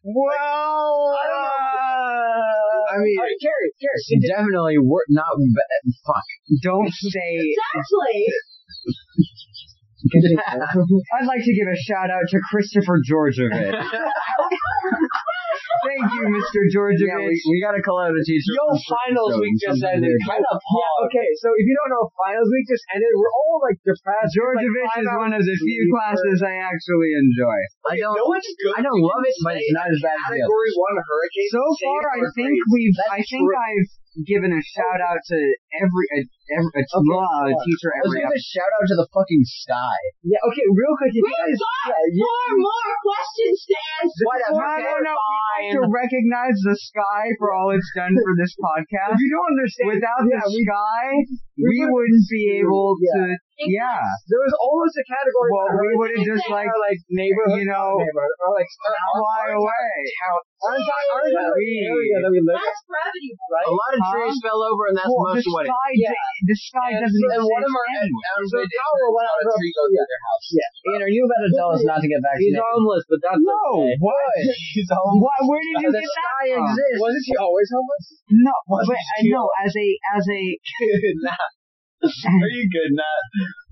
Speaker 4: Well, uh,
Speaker 3: I mean, Gary, Gary,
Speaker 5: It's definitely we're not. ba- Fuck.
Speaker 4: don't say.
Speaker 6: Exactly.
Speaker 4: I'd like to give a shout out to Christopher Georgevich. Thank you, Mr. Georgevich.
Speaker 5: Yeah, we, we gotta call out a teacher.
Speaker 3: your finals week just ended. Kind of
Speaker 2: Yeah, okay, so if you don't know, finals week just ended. We're all like depressed.
Speaker 4: Georgevich is one of the few classes I actually enjoy.
Speaker 5: I don't.
Speaker 3: No one's good.
Speaker 5: I don't love it, but it's not as bad as the
Speaker 3: Category one hurricane.
Speaker 4: So far, I think we've. I think
Speaker 5: true.
Speaker 4: I've given a shout out to every a, every a, blah, a teacher
Speaker 5: Let's
Speaker 4: every
Speaker 5: give a shout out to the fucking sky.
Speaker 2: Yeah, okay, real quick, if you
Speaker 6: We've
Speaker 2: guys.
Speaker 6: got
Speaker 2: Yeah, you,
Speaker 6: four more questions to answer.
Speaker 4: Well, I don't know. We have to recognize the sky for all it's done for this podcast.
Speaker 2: you don't understand.
Speaker 4: Without
Speaker 2: yeah,
Speaker 4: the
Speaker 2: we,
Speaker 4: sky,
Speaker 2: we
Speaker 4: we
Speaker 2: wouldn't
Speaker 4: wouldn't be able
Speaker 2: yeah.
Speaker 4: to. Yeah.
Speaker 2: there was almost a category.
Speaker 4: Well,
Speaker 2: where
Speaker 4: we
Speaker 2: our-
Speaker 4: would have just
Speaker 2: our,
Speaker 4: like
Speaker 2: like neighborhood,
Speaker 4: you know,
Speaker 2: neighborhood, or like
Speaker 4: fly away.
Speaker 2: aren't I- aren't I, like,
Speaker 4: We-
Speaker 2: area that we live.
Speaker 6: That's gravity.
Speaker 5: A lot of
Speaker 4: Huh?
Speaker 5: trees fell over, and that's
Speaker 4: Well,
Speaker 5: most
Speaker 4: the
Speaker 5: of what.
Speaker 4: sky,
Speaker 5: it-
Speaker 4: di- the sky doesn't
Speaker 5: And
Speaker 4: exist
Speaker 5: one of our
Speaker 4: anyway.
Speaker 5: and
Speaker 2: So
Speaker 5: we did-
Speaker 2: power went out of
Speaker 5: tree goes to their house.
Speaker 2: You know, you better tell us not to get
Speaker 5: He's
Speaker 2: homeless, but that's
Speaker 4: No, what? Why, where did you get that from?
Speaker 2: Wasn't she always homeless?
Speaker 4: No,
Speaker 2: Wasn't
Speaker 4: but I
Speaker 2: she-
Speaker 4: know as a as a
Speaker 3: Are you good, Nat?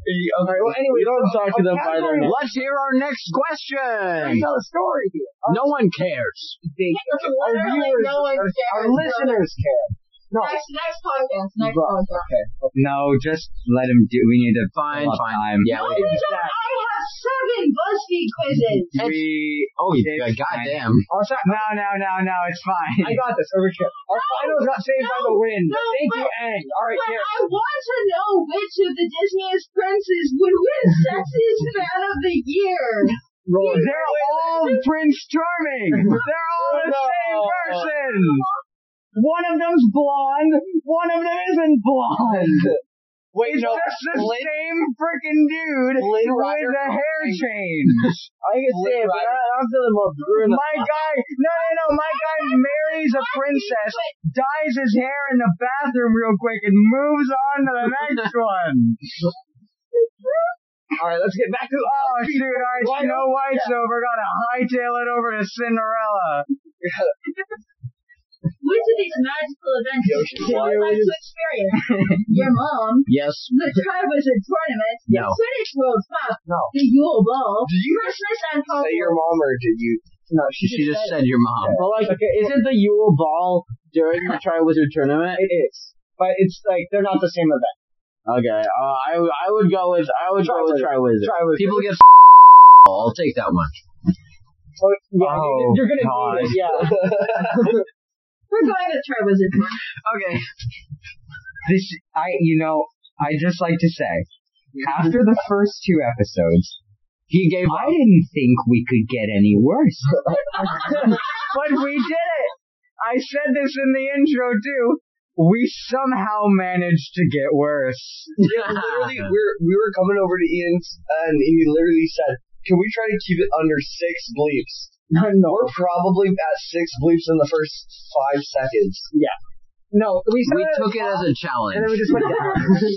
Speaker 3: Are you, okay, well,
Speaker 2: Anyway, don't talk to them by their
Speaker 5: Let's hear our next question.
Speaker 2: tell a story here.
Speaker 5: No one cares.
Speaker 4: big
Speaker 2: Our viewers,
Speaker 6: no one
Speaker 2: our,
Speaker 6: cares.
Speaker 2: our listeners care. No,
Speaker 6: Next, next podcast. Next
Speaker 2: Right.
Speaker 6: podcast.
Speaker 4: No, just let him do. We need to
Speaker 5: Fine,
Speaker 4: fill up
Speaker 5: fine.
Speaker 4: Time.
Speaker 5: Yeah.
Speaker 6: No,
Speaker 5: we-
Speaker 6: we don't. I have seven BuzzFeed quizzes.
Speaker 4: We
Speaker 5: Oh,
Speaker 4: It's
Speaker 5: yeah,
Speaker 4: fine.
Speaker 5: goddamn.
Speaker 2: our, sa-
Speaker 4: no no no no. It's
Speaker 2: I
Speaker 4: fine.
Speaker 2: got this. Over here. Our finals got saved by the wind.
Speaker 6: no,
Speaker 2: Thank you,
Speaker 6: but-
Speaker 2: Ang. All right,
Speaker 6: But
Speaker 2: here.
Speaker 6: I want to know which of the Disney's princes would win Sexiest Fan of the Year.
Speaker 2: Roll.
Speaker 4: They're all Prince Charming. They're all the same person. One of them's blonde. One of them isn't blonde.
Speaker 3: Wait,
Speaker 4: It's
Speaker 3: no.
Speaker 4: just the
Speaker 3: Lynn-
Speaker 4: same freaking dude
Speaker 3: Lynn
Speaker 4: with
Speaker 3: Rider-
Speaker 4: the hair change.
Speaker 2: I can say it, but I, I'm feeling more brutal.
Speaker 4: My guy, no, no, no, my guy marries a princess, dyes his hair in the bathroom real quick, and moves on to the next one.
Speaker 2: All right, let's get back to.
Speaker 4: Oh, shoot, all right, Snow White's over, gotta hightail it over to Cinderella.
Speaker 6: Which of these magical events did you
Speaker 2: why
Speaker 6: would like
Speaker 2: would
Speaker 6: to experience? Your mom,
Speaker 5: Yes.
Speaker 6: the Triwizard Tournament, the
Speaker 5: No.
Speaker 6: Quidditch World Cup,
Speaker 2: No.
Speaker 6: the Yule Ball,
Speaker 3: Did you
Speaker 6: Christmas and
Speaker 3: say your
Speaker 6: Hogwarts.
Speaker 3: mom or did you?
Speaker 2: No, she,
Speaker 5: She just said your mom.
Speaker 2: Um, But like, okay, isn't the Yule Ball during the Triwizard Tournament? It is, but it's like they're not the same event.
Speaker 5: Okay. Uh, I I would go with I would
Speaker 2: go with
Speaker 5: Triwizard.
Speaker 2: Triwizard.
Speaker 5: People get. I'll take that one.
Speaker 2: Oh, yeah,
Speaker 4: Oh,
Speaker 2: you're gonna
Speaker 4: God.
Speaker 2: need it. Yeah.
Speaker 6: We're going to Triwizard Tournament.
Speaker 5: Okay.
Speaker 4: This, I, you know, I just like to say, after the first two episodes,
Speaker 5: He gave
Speaker 4: I didn't think we could get any worse. but we did it! I said this in the intro too.
Speaker 12: we somehow managed to get worse.
Speaker 13: Yeah, literally, we're, we were coming over to Ian's, and he literally said, "Can we try to keep it under six bleeps?"
Speaker 14: no.
Speaker 13: We're probably at six bleeps in the first five seconds.
Speaker 14: No, we,
Speaker 3: We
Speaker 14: said-
Speaker 3: took it as a challenge.
Speaker 14: and then we just went down.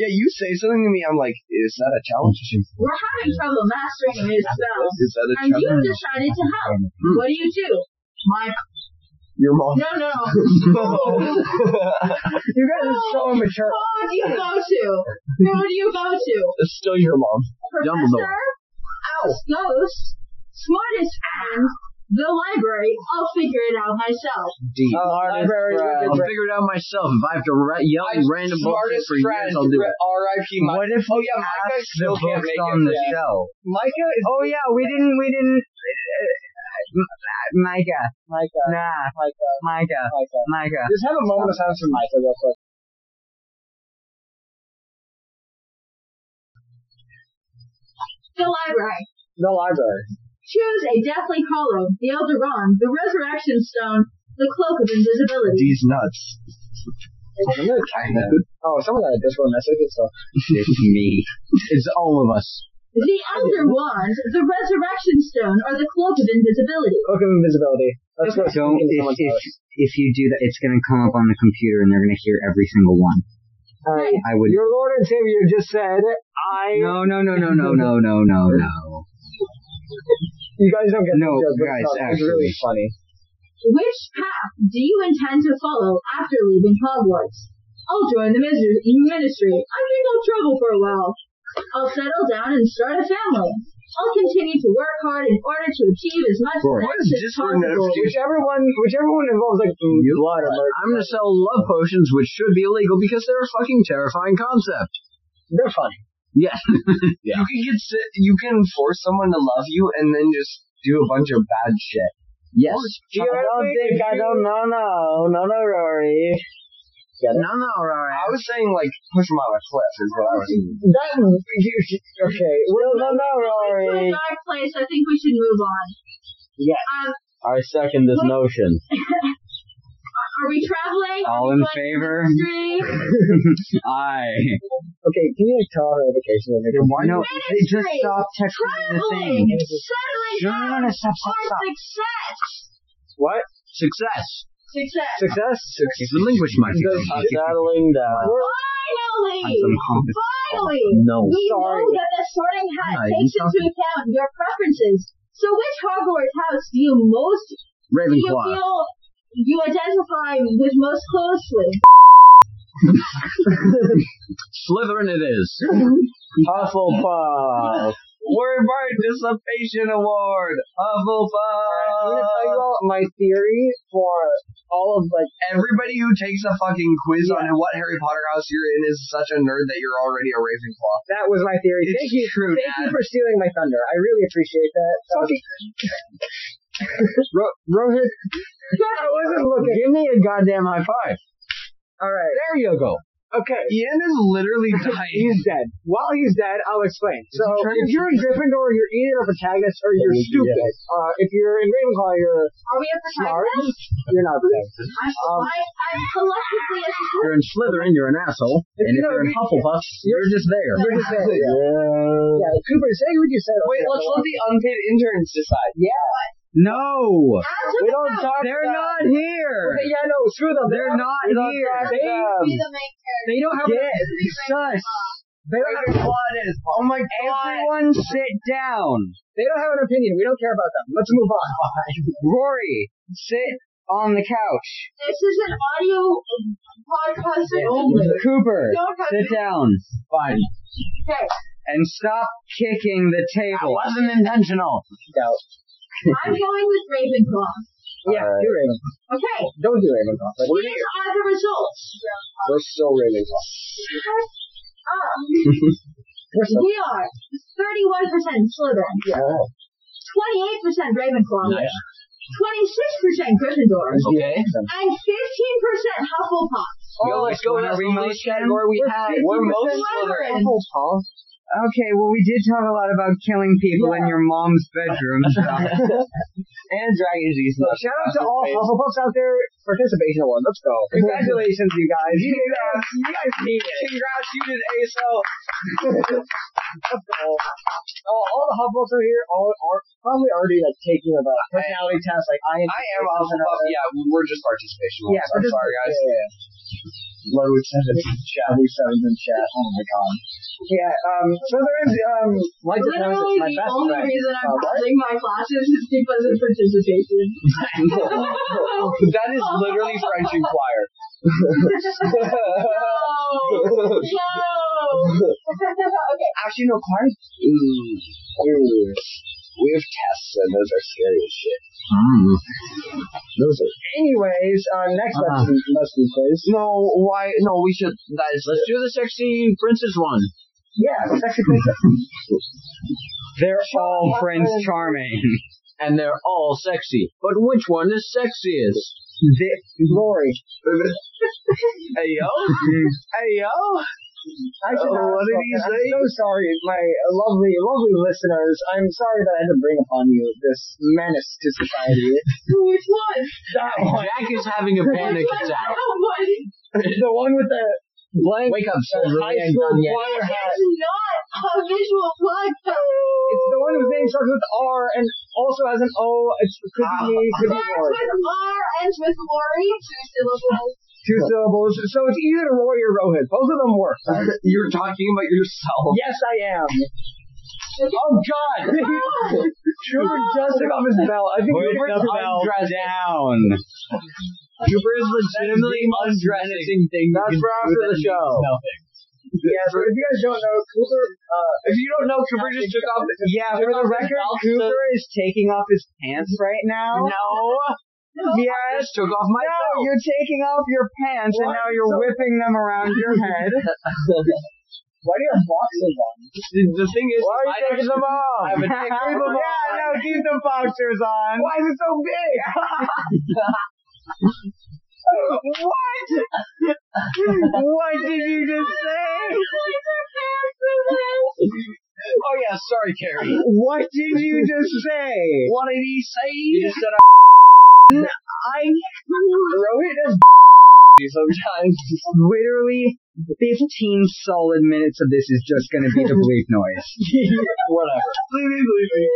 Speaker 13: Yeah, you say something to me, I'm like, "Is that a challenge?"
Speaker 6: We're having trouble mastering his spells.
Speaker 13: Is that a
Speaker 6: And you
Speaker 13: challenge?
Speaker 6: decided to help. What do you do? My
Speaker 13: Your mom.
Speaker 6: no, no.
Speaker 14: You guys are so immature.
Speaker 6: Who do you go to? Who do you go to?
Speaker 13: It's still your mom.
Speaker 3: Dumbledore.
Speaker 6: Professor, Owl, Ghost, Smartest, and the library. I'll figure it out myself.
Speaker 3: Deep.
Speaker 4: Alright, very
Speaker 3: I'll
Speaker 4: wicked.
Speaker 3: figure it out myself. If I have to ra- yell
Speaker 13: I'm
Speaker 3: random bullshit
Speaker 13: smartest
Speaker 3: for years,
Speaker 13: friend.
Speaker 3: I'll do it.
Speaker 13: R.I.P. Micah.
Speaker 12: What if
Speaker 13: Oh yeah, Micah
Speaker 12: asked
Speaker 13: still
Speaker 12: the
Speaker 13: can't
Speaker 12: books
Speaker 13: make
Speaker 12: on
Speaker 13: it.
Speaker 12: the
Speaker 13: yeah.
Speaker 12: show?
Speaker 4: Micah is
Speaker 12: Oh yeah, we didn't, we didn't. Micah,
Speaker 4: uh, Micah.
Speaker 12: nah,
Speaker 4: Micah.
Speaker 12: Micah,
Speaker 4: Micah.
Speaker 12: Micah.
Speaker 4: Just have a moment of silence for Micah real quick.
Speaker 6: The library.
Speaker 4: The library.
Speaker 6: Choose a deathly hollow, the Elderon, the Resurrection Stone, the Cloak of Invisibility.
Speaker 13: These nuts.
Speaker 4: Isn't it China? Oh, someone got a Discord message and stuff.
Speaker 3: It's me. It's all of us.
Speaker 6: The Elder Wand, the Resurrection Stone, or the Cloak of Invisibility.
Speaker 4: Cloak of Invisibility. That's what
Speaker 12: Don't if if if you do that, it's gonna come up on the computer and they're gonna hear every single one.
Speaker 4: Alright.
Speaker 12: I would.
Speaker 4: Your Lord and Savior just said, I...
Speaker 12: No, no, no, no, no, no, no, no, no.
Speaker 4: You guys don't get
Speaker 12: No,
Speaker 4: the joke, but
Speaker 12: guys,
Speaker 4: it's not- It's really
Speaker 12: actually.
Speaker 4: funny.
Speaker 6: Which path do you intend to follow after leaving Hogwarts? I'll join the mis- ministry. I'm in no trouble for a while. I'll settle down and start a family. I'll continue to work hard in order to achieve as much
Speaker 3: Boy,
Speaker 6: success as possible.
Speaker 4: Whichever one, whichever one involves like blood or murder,
Speaker 3: I'm gonna sell love potions, which should be illegal because they're a fucking terrifying concept.
Speaker 4: they're funny.
Speaker 3: Yes.
Speaker 13: You can get si- you can force someone to love you and then just do a bunch of bad shit.
Speaker 3: Yes.
Speaker 4: I don't think I don't know, no, no, no, Rory.
Speaker 3: No, no, alright.
Speaker 13: I was saying like push them on a cliff is what I was.
Speaker 4: That okay. Well, no, no,
Speaker 6: To a
Speaker 4: Rory.
Speaker 6: dark place. I think we should move on.
Speaker 4: Yes.
Speaker 6: Um,
Speaker 4: I second this notion.
Speaker 6: are we traveling?
Speaker 12: All
Speaker 6: Are
Speaker 12: in
Speaker 6: we going to
Speaker 12: favor?
Speaker 6: the Ministry?
Speaker 12: I.
Speaker 4: Okay, do you need a child
Speaker 12: No,
Speaker 4: education?
Speaker 12: they just
Speaker 6: Ministry.
Speaker 12: stop texting the thing.
Speaker 6: Traveling, settling
Speaker 12: No,
Speaker 6: down,
Speaker 12: no, no, stop, stop,
Speaker 6: or
Speaker 12: stop.
Speaker 6: success.
Speaker 4: What?
Speaker 3: Success.
Speaker 6: Success.
Speaker 4: Success?
Speaker 3: Success. Relinquish my
Speaker 4: Just settling down.
Speaker 6: Finally.
Speaker 3: feelings.
Speaker 6: Finally.
Speaker 3: No.
Speaker 6: We
Speaker 4: Sorry.
Speaker 6: know that the sorting hat
Speaker 3: Right,
Speaker 6: takes
Speaker 3: you
Speaker 6: into account your preferences. So which Hogwarts house do you most do you
Speaker 3: Ravenclaw.
Speaker 6: feel you identify with most closely?
Speaker 3: Slytherin it is.
Speaker 4: Hufflepuff.
Speaker 13: Word Participation Award.
Speaker 4: I'm gonna tell you
Speaker 13: Hufflepuff.
Speaker 4: all my theory for all of like
Speaker 13: Everybody who takes a fucking quiz on what Harry Potter house you're in is such a nerd that you're already a Ravenclaw.
Speaker 4: that was my theory.
Speaker 13: It's
Speaker 4: Thank you,
Speaker 13: true,
Speaker 4: thank you
Speaker 13: Dad.
Speaker 4: for stealing my thunder. I really appreciate that.
Speaker 3: Ro- Rohit.
Speaker 4: I wasn't looking.
Speaker 3: Give me a goddamn high five.
Speaker 4: All right.
Speaker 3: There you go.
Speaker 4: Okay.
Speaker 13: Ian is literally dying.
Speaker 4: He's dead. While he's dead, I'll explain. So,
Speaker 13: trying to-
Speaker 4: if you're in Gryffindor, you're either a protagonist or you're stupid. Uh, if you're in Ravenclaw, you're
Speaker 6: Are we a
Speaker 4: smart.
Speaker 6: protagonist?
Speaker 4: You're not a protagonist.
Speaker 6: I'm,
Speaker 4: Um,
Speaker 6: I, I'm collectively a
Speaker 3: If you're in Slytherin, you're an asshole. And if
Speaker 4: You know,
Speaker 3: you're in
Speaker 4: we-
Speaker 3: Hufflepuff, you're just there.
Speaker 4: You're just there. Yeah. yeah. Cooper, say what you said.
Speaker 13: Wait, let's let the unpaid interns decide.
Speaker 3: No.
Speaker 4: We don't talk
Speaker 3: They're
Speaker 4: about-
Speaker 3: not here.
Speaker 4: Okay, yeah, no, screw them.
Speaker 3: They're not
Speaker 4: we don't
Speaker 3: here.
Speaker 4: talk
Speaker 3: They-
Speaker 4: about them.
Speaker 6: the main character.
Speaker 3: They don't have
Speaker 4: Yes.
Speaker 3: sus.
Speaker 4: They don't have,
Speaker 13: Ravenclaw it is. Oh my god.
Speaker 3: Everyone sit down.
Speaker 4: they don't have an opinion. We don't care about them. Let's move on.
Speaker 12: Rory, sit on the couch.
Speaker 6: This is an audio podcast only.
Speaker 12: Cooper,
Speaker 6: Don't have
Speaker 12: sit down
Speaker 3: Fine.
Speaker 6: Okay.
Speaker 12: and stop kicking the table.
Speaker 3: wasn't intentional.
Speaker 6: I'm going with Ravenclaw.
Speaker 4: Yeah, do Ravenclaw.
Speaker 6: Okay.
Speaker 4: Don't do Ravenclaw. But
Speaker 6: These are the results.
Speaker 4: we're still Ravenclaw.
Speaker 6: Um,
Speaker 4: We're still
Speaker 6: We are 31% Slytherin,
Speaker 4: yeah.
Speaker 6: 28% Ravenclaw, 26% Gryffindor,
Speaker 3: Okay.
Speaker 6: and 15% Hufflepuff.
Speaker 3: Yo, let's go to remote category we have.
Speaker 13: We're most
Speaker 6: Slytherin.
Speaker 13: Slytherin.
Speaker 12: Okay, well we did talk a lot about killing people in your mom's bedroom. So.
Speaker 3: and Dragon G's
Speaker 4: So shout out to all Hufflepuffs out there participating in one. Let's go. Congratulations, you guys.
Speaker 3: You guys, you guys need it. Congrats, you did ASO.
Speaker 4: Let's go. All, all the Hufflepuffs are here. All are probably already like taking the personality test. Like I am.
Speaker 3: I am a Hufflepuff. Yeah, we're just participation.
Speaker 4: Yeah,
Speaker 3: Yeah, I'm
Speaker 4: particip-
Speaker 3: sorry, guys.
Speaker 4: Yeah, yeah.
Speaker 3: What we said in chat, we said in chat. Oh my god.
Speaker 4: yeah. Um. So there is um. Like to know
Speaker 6: Literally,
Speaker 4: that my
Speaker 6: the
Speaker 4: best
Speaker 6: only
Speaker 4: friend.
Speaker 6: reason I'm
Speaker 4: Oh, what?
Speaker 6: passing my classes is because of participation.
Speaker 3: That is literally friendship choir.
Speaker 6: no. No. okay.
Speaker 3: Actually, no, choir. Ooh. Ooh. We have tests, and those are scary as shit. Hmm.
Speaker 4: Anyways, uh, next
Speaker 5: Uh-huh.
Speaker 4: lesson must be quiz.
Speaker 3: No, why? No, we should. That is.
Speaker 5: Let's do the sexy princess one.
Speaker 4: Yeah, it's actually quiz.
Speaker 7: They're all Prince Charming.
Speaker 5: And they're all sexy. But which one is sexiest?
Speaker 4: Rory.
Speaker 3: Hey yo. hey yo.
Speaker 4: I should
Speaker 3: Oh,
Speaker 4: not have
Speaker 3: what did
Speaker 4: spoken.
Speaker 3: he
Speaker 4: I'm
Speaker 3: say?
Speaker 4: so sorry, my lovely, lovely listeners. I'm sorry that I had to bring upon you this menace to society.
Speaker 6: Which one?
Speaker 5: Jack is having a panic
Speaker 6: Which one?
Speaker 5: attack.
Speaker 6: What?
Speaker 4: the one with the blank
Speaker 5: Wake up,
Speaker 4: uh,
Speaker 5: Cedric.
Speaker 4: high school
Speaker 5: Done yet.
Speaker 4: choir hat.
Speaker 6: It's not a visual podcast.
Speaker 4: It's the one whose name starts with R and also has an O. It's could be
Speaker 5: Ah,
Speaker 4: me, could be
Speaker 6: Starts
Speaker 4: Rory.
Speaker 6: with R, ends with Lori. Two syllables.
Speaker 4: Two syllables. So it's either Rory or Rohit. Both of them work.
Speaker 3: You're talking about yourself.
Speaker 4: yes, I am. Oh God! Trooper just took off his belt. I think
Speaker 7: Put
Speaker 4: Trooper's
Speaker 7: the
Speaker 4: belt.
Speaker 7: belt down.
Speaker 5: Cooper is legitimately undressing thing.
Speaker 4: That's for after the show. Yeah, so if you guys don't know, Cooper, uh,
Speaker 3: If you don't know, Cooper just took off.
Speaker 7: Yeah,
Speaker 4: for the record, Cooper is taking off his pants right now.
Speaker 3: No. I
Speaker 4: Yes.
Speaker 3: just took off my.
Speaker 4: No, you're taking off your pants and
Speaker 3: What?
Speaker 4: now you're
Speaker 3: So-
Speaker 4: whipping them around your head. Why do you have boxers on?
Speaker 3: The thing is,
Speaker 4: Why are you
Speaker 3: I
Speaker 4: taking them off?
Speaker 3: I would take them off.
Speaker 4: Yeah, no, keep the boxers on. Why is it so big? what? what did you just say?
Speaker 3: Oh yeah, sorry, Carrie.
Speaker 4: What did you just say?
Speaker 3: What did he say? He just said I
Speaker 4: I Rohit has
Speaker 3: do sometimes.
Speaker 4: literally 15 solid minutes of this is just going to be the bleep noise.
Speaker 3: Whatever. Please, please, please,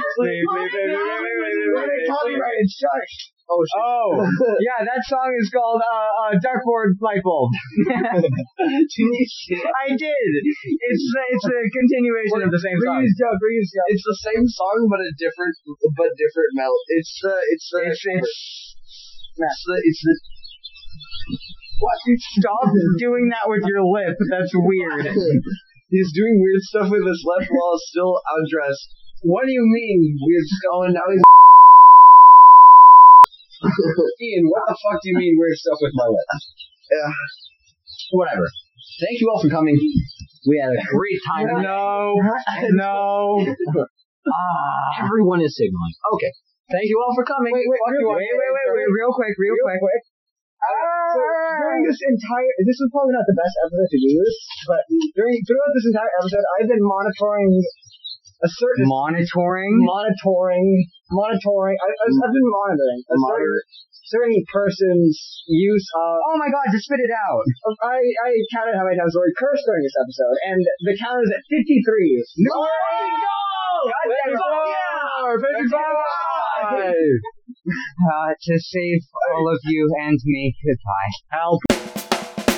Speaker 3: please, please, please, please, please, please, please.
Speaker 4: Oh, yeah, that song is called uh, uh, Dartboard Lightbulb. I did. It's it's a continuation of the same song.
Speaker 3: Reuse joke, reuse joke. It's the same song, but a different, but different mel. It's the, it's uh, the,
Speaker 4: It's-
Speaker 3: it's, the, it's the. What?
Speaker 4: Stop doing that with your lip. That's weird.
Speaker 3: He's doing weird stuff with his left while still undressed. What do you mean weird stuff? Oh, and now he's. Ian, what the fuck do you mean weird stuff with my lips? Yeah. Whatever. Thank you all for coming.
Speaker 5: We had a great time.
Speaker 4: No, no. Ah.
Speaker 5: Everyone is signaling. Okay. Thank you all for coming.
Speaker 4: Wait, wait, wait, wait, wait, wait, wait, real quick, real, quick.
Speaker 3: Ah.
Speaker 4: Uh, so during this entire, this was probably not the best episode to do this, but during throughout this entire episode, I've been monitoring a certain
Speaker 7: Monitoring.
Speaker 4: monitoring, monitoring. I, I, I've been monitoring a certain, certain person's use of.
Speaker 7: Oh my god, just spit it out.
Speaker 4: I I counted how many times the word curse during this episode, and the count is at 53. No,
Speaker 3: Let's go!
Speaker 4: Fifty-four!
Speaker 3: Fifty-five!
Speaker 7: Uh, to save all of you and me, goodbye.